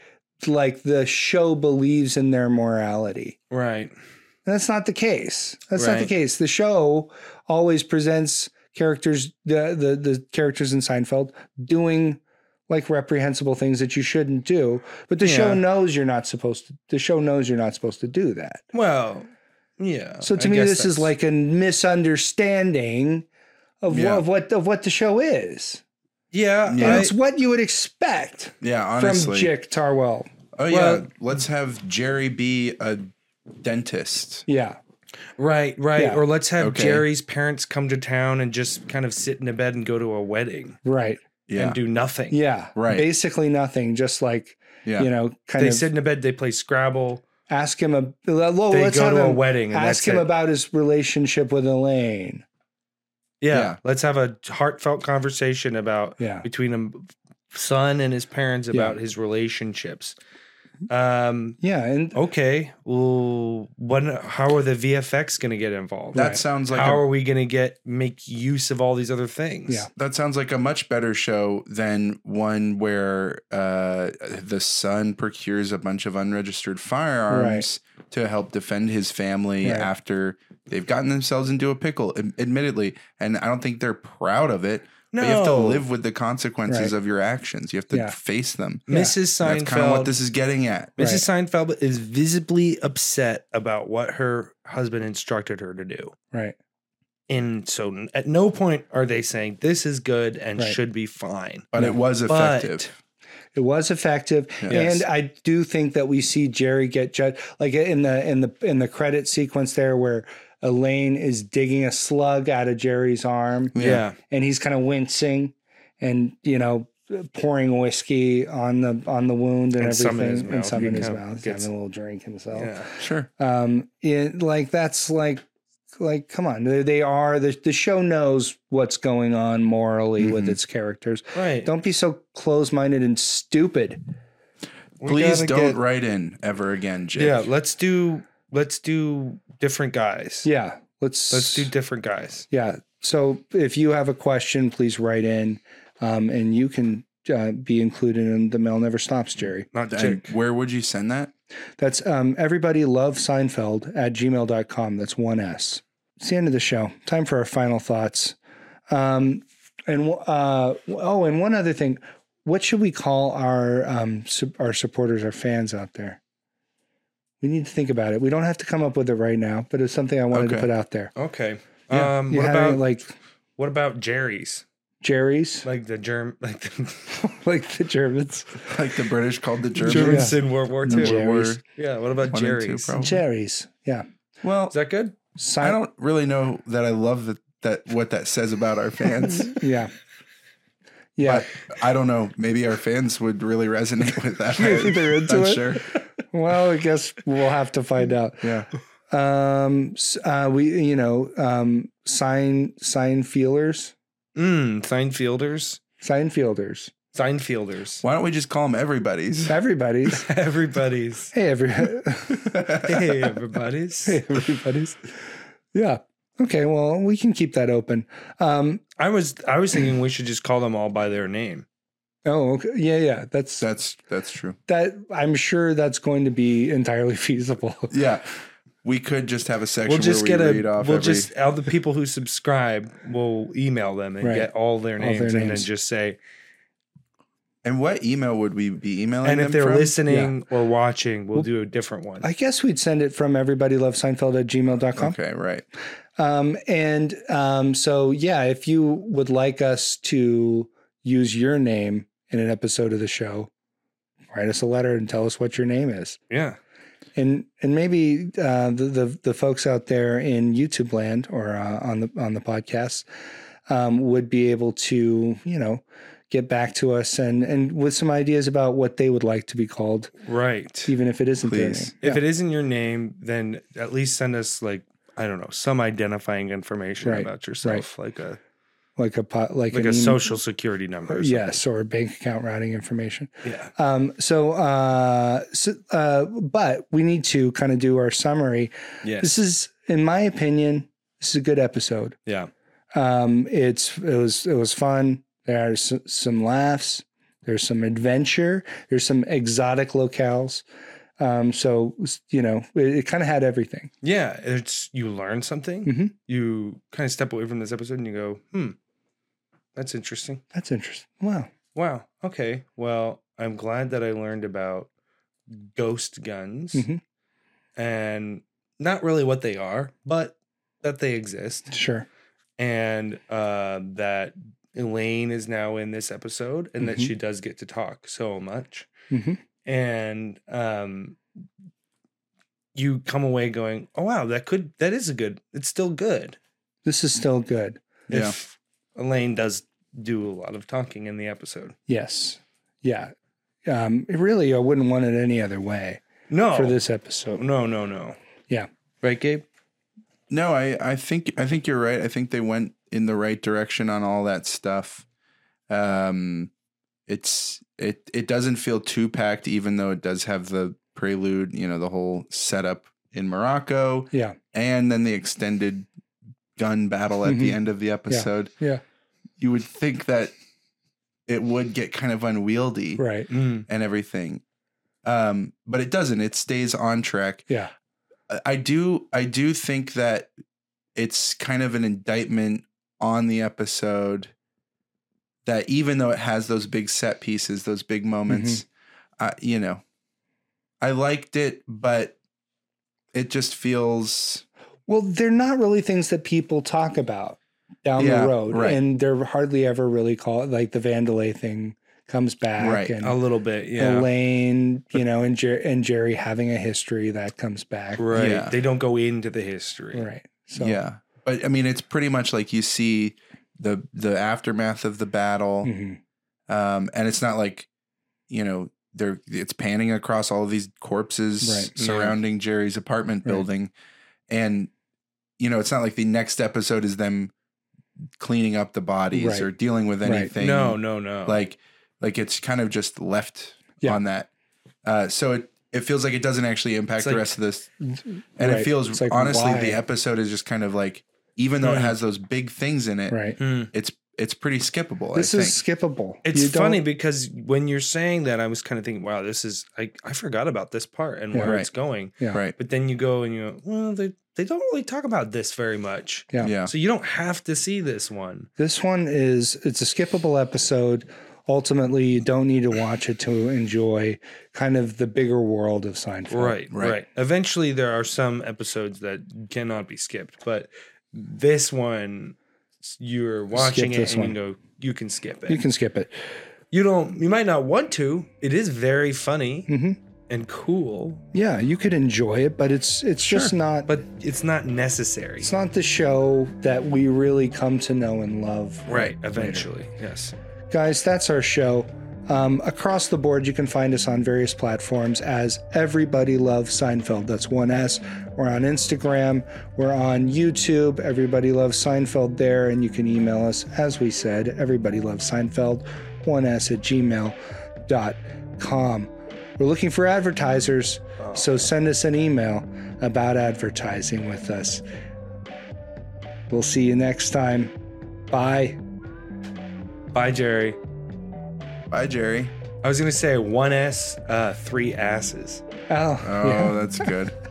S2: like the show believes in their morality.
S3: Right.
S2: And that's not the case. That's not the
S3: Right.
S2: case. The show always presents characters the, the the characters in Seinfeld doing like reprehensible things that you shouldn't do, but the show
S3: Yeah.
S2: knows you're not supposed to. The show knows you're not supposed to do that.
S3: Well. Yeah.
S2: So to
S3: I
S2: me,
S3: guess
S2: this is
S3: that's-
S2: like a misunderstanding of,
S1: Yeah.
S2: what, of what of what the show is,
S3: yeah.
S1: Yeah.
S2: and
S3: I-
S2: it's what you would expect
S1: Yeah, honestly.
S2: from Chick Tarwell.
S1: Oh yeah,
S3: Well-
S1: let's have Jerry be a dentist.
S2: Yeah,
S3: right. Right.
S2: Yeah.
S3: Or let's have
S1: Okay.
S3: Jerry's parents come to town and just kind of sit in a bed and go to a wedding
S2: right.
S1: Yeah,
S3: and do nothing.
S2: Yeah,
S1: Right.
S2: Basically nothing. Just like
S1: yeah.
S2: you know, kind
S3: They
S2: of
S3: sit in a bed. They play Scrabble.
S2: ask him a. Well,
S3: they
S2: let's
S3: go
S2: have
S3: to a
S2: him
S3: wedding and
S2: ask
S3: that's
S2: him
S3: it.
S2: about his relationship with Elaine.
S3: yeah,
S1: Yeah.
S3: let's have a heartfelt conversation about
S2: Yeah.
S3: between a son and his parents about
S2: Yeah.
S3: his relationships
S1: Mm-hmm.
S3: um
S2: Yeah, and
S3: okay well when how are the vfx going to get involved
S1: that
S2: right.
S1: sounds like
S3: how
S1: a,
S3: are we going to get make use of all these other things
S2: Yeah.
S1: that sounds like a much better show than one where uh, the son procures a bunch of unregistered firearms to help defend his family
S2: Right.
S1: after they've gotten themselves into a pickle. ad- Admittedly, and I don't think they're proud of it.
S3: no
S1: But you have to live with the consequences
S2: Right.
S1: of your actions. You have to
S2: Yeah.
S1: face them.
S3: mrs
S1: That's kind of
S3: seinfeld
S1: what this is getting at.
S3: mrs seinfeld is visibly upset about what her husband instructed her to do
S2: right,
S3: and so n- at no point are they saying this is good and
S2: Right.
S3: should be fine
S1: But it was
S3: But-
S1: effective.
S2: it was effective,
S1: Yes.
S2: and I do think that we see Jerry get judged, like in the in the in the credit sequence there where. Elaine is digging a slug out of Jerry's arm
S3: yeah.
S2: and he's kind of wincing and you know pouring whiskey on the on the wound and,
S3: And some in
S2: everything
S3: his
S2: and
S3: mouth.
S2: some
S3: He
S2: in his
S3: kind of
S2: mouth. He's
S3: gets-
S2: having a little drink himself.
S3: Yeah.
S1: Sure.
S2: um it, like that's like like come on they, they are the, the show knows what's going on morally with
S3: Mm-hmm.
S1: Mhm.
S2: its characters
S3: Right.
S2: don't be so close-minded and stupid
S3: We
S1: Please
S3: gotta
S1: don't
S3: get-
S1: write in ever again, Jake.
S3: yeah. Let's do. let's do different guys.
S2: Yeah. Let's
S3: Let's do different guys.
S2: Yeah. So if you have a question, please write in, um, and you can uh, be included in the mail never stops, Jerry.
S3: Not
S1: And
S3: Jake.
S1: where would you send that?
S2: That's um, everybody love Seinfeld at gmail.com. That's one S. It's the end of the show. Time for our final thoughts. Um, and uh, oh, and one other thing. What should we call our um, sup- our supporters, our fans out there? We need to think about it. We don't have to come up with it right now, but it's something I wanted to
S1: Okay.
S2: put out there.
S3: Okay.
S2: Yeah.
S3: um
S2: You
S3: what
S2: had any,
S3: about like
S2: like
S3: what about Jerry's?
S2: Jerry's,
S3: Like the germ like the
S2: like the Germans?
S1: Like the British called the Germans.
S2: German-
S3: Germans in World War
S1: in
S3: II.
S1: World War
S2: Jerry's.
S3: Yeah, what
S1: One
S3: about
S1: and two,
S3: Jerry's?
S1: probably.
S3: Is
S2: Cherries. Yeah.
S1: Well,
S3: that good?
S2: Si-
S1: Oh. I don't really know that I love that, that what that says about our fans.
S2: Yeah. Yeah.
S1: I don't know. Maybe our fans would really resonate with that.
S2: Maybe they're
S1: I'm
S2: into
S1: not
S2: it.
S1: Sure.
S2: well, I guess we'll have to find out.
S1: Yeah.
S2: Um, s- uh, we, you know, um, sign, sign feelers,
S3: Mm, Seinfelders.
S2: sign fielders,
S3: Seinfelders.
S1: Why don't we just call them everybody's?
S2: everybody's.
S3: Everybody's.
S2: hey, every,
S3: hey, everybody's.
S2: hey, everybody's. Yeah. Okay. Well, we can keep that open. Um,
S3: I was I was thinking we should just call them all by their name.
S2: oh, okay. Yeah. Yeah. That's
S1: That's that's true.
S2: that. I'm sure that's going to be entirely feasible.
S1: Yeah. We could just have a section
S3: We'll just
S1: where
S3: get
S1: we
S3: a
S1: read off
S3: we'll
S1: every
S3: just all the people who subscribe will email them and
S2: Right.
S3: get all their
S2: All their
S3: names and then
S2: names.
S3: just say
S1: And what email would we be emailing
S3: and if
S1: them
S3: they're
S1: from?
S3: listening or watching, we'll
S2: Well,
S3: do a different one.
S2: I guess we'd send it from everybody love Seinfeld at gmail.com.
S1: Okay, right.
S2: Um, and um, so, yeah, if you would like us to use your name in an episode of the show, write us a letter and tell us what your name is.
S3: yeah.
S2: And and maybe uh, the, the the folks out there in YouTube land or uh, on the on the podcast um, would be able to you know get back to us and and with some ideas about what they would like to be called,
S3: Right.
S2: even if it isn't their
S1: Please.
S2: name.
S3: If it isn't your name, then at least send us like I don't know some identifying information
S2: Right,
S3: about yourself, like a
S2: like a po- like,
S3: like
S2: an
S3: a
S2: email-
S3: social security number. or
S2: yes or bank account routing information.
S3: something. yeah.
S2: Um, so, uh, so uh, but we need to kind of do our summary.
S3: Yes.
S2: This is, in my opinion, this is a good episode.
S3: yeah.
S2: Um, it's it was it was fun. There's s- some laughs. There's some adventure. There's some exotic locales. Um, so you know, it, it kind of had everything.
S3: Yeah. It's you learn something.
S2: Mhm.
S3: You kind of step away from this episode and you go, hmm, that's interesting.
S2: That's interesting. Wow.
S3: Wow. Okay. Well, I'm glad that I learned about ghost guns
S2: Mhm.
S3: and not really what they are, but that they exist.
S2: Sure.
S3: and uh, that Elaine is now in this episode and that
S2: Mhm.
S3: she does get to talk so much.
S2: hmm
S3: And um, you come away going, oh, wow, that could, that is a good, it's still good.
S2: This is still good.
S1: Yeah.
S3: If Elaine does do a lot of talking in the episode.
S2: Yes. Yeah. Um, it really, I wouldn't want it any other way
S3: No.
S2: for this episode.
S3: Oh. No, no, no.
S2: Yeah.
S3: Right, Gabe?
S1: No, I, I think I think you're right. I think they went in the right direction on all that stuff. Um it's it it doesn't feel too packed, even though it does have the prelude, you know, the whole setup in Morocco
S2: Yeah.
S1: and then the extended gun battle at the
S2: Mhm.
S1: end of the episode.
S2: Yeah.
S1: You would think that it would get kind of unwieldy
S2: Right.
S1: and everything. Um, but it doesn't. It stays on track.
S2: Yeah.
S1: I- I do I do think that it's kind of an indictment on the episode that even though it has those big set pieces, those big moments, I you know, I liked it, but it just feels
S2: Well, they're not really things that people talk about down
S1: Yeah,
S2: the road,
S1: right.
S2: and they're hardly ever really called. Like the Vandalay thing comes back,
S1: Right.
S2: and
S3: A little bit. Oh, Yeah.
S2: Elaine, you know, and Jer- and Jerry having a history that comes back,
S3: Right.
S1: Yeah.
S3: They don't go into the history.
S2: Right. So
S1: yeah. But I mean, it's pretty much like you see the the aftermath of the battle.
S2: mhm.
S1: um, and it's not like you know they're it's panning across all of these corpses
S2: Right.
S3: Yeah.
S1: surrounding Jerry's apartment
S2: Right.
S1: building, and you know it's not like the next episode is them cleaning up the bodies
S2: Right.
S1: or dealing with
S2: Right.
S1: anything.
S3: No, no, no.
S1: like like it's kind of just left
S2: Yeah.
S1: on that. Uh, so it it feels like it doesn't actually impact
S3: It's
S1: the
S3: like-
S1: rest of this. And it
S2: Right.
S1: feels
S2: It's like,
S1: honestly
S2: why?
S1: the episode is just kind of like even though it
S3: Mm.
S1: has those big things in it,
S2: Right.
S1: it's it's pretty skippable.
S2: This
S1: I
S2: is
S1: think.
S2: skippable.
S3: Hmm. It's
S2: You don't-
S3: funny because when you're saying that, I was kind of thinking, wow, this is, I, I forgot about this part and
S2: Yeah.
S3: where
S1: Right.
S3: it's going.
S2: Yeah.
S1: right.
S3: But then you go and you go, well, they, they don't really talk about this very much.
S2: Yeah.
S1: Yeah.
S3: So you don't have to see this one.
S2: This one is it's a skippable episode. Ultimately, you don't need to watch it to enjoy kind of the bigger world of Seinfeld.
S3: Right,
S1: Right.
S3: right. Eventually, there are some episodes that cannot be skipped, but this one, s- you're watching
S2: this
S3: it and
S2: one.
S3: you go, you can skip it.
S2: You can skip it.
S3: You don't. You might not want to. It is very funny
S2: hmm
S3: and cool,
S2: Yeah, you could enjoy it, but it's it's just
S3: Sure.
S2: not.
S3: but it's not necessary.
S2: it's not the show that we really come to know and love.
S3: right. Eventually, yes.
S2: Guys, that's our show. Um, across the board, you can find us on various platforms as Everybody Loves Seinfeld. That's one S. We're on Instagram. We're on YouTube. Everybody Loves Seinfeld there. And you can email us, as we said, Everybody Loves Seinfeld, one S at gmail.com. We're looking for advertisers, so send us an email about advertising with us. We'll see you next time. Bye.
S3: Bye, Jerry.
S1: Bye, Jerry.
S3: I was gonna say one s, uh, three asses.
S2: Oh,
S1: Oh, that's good.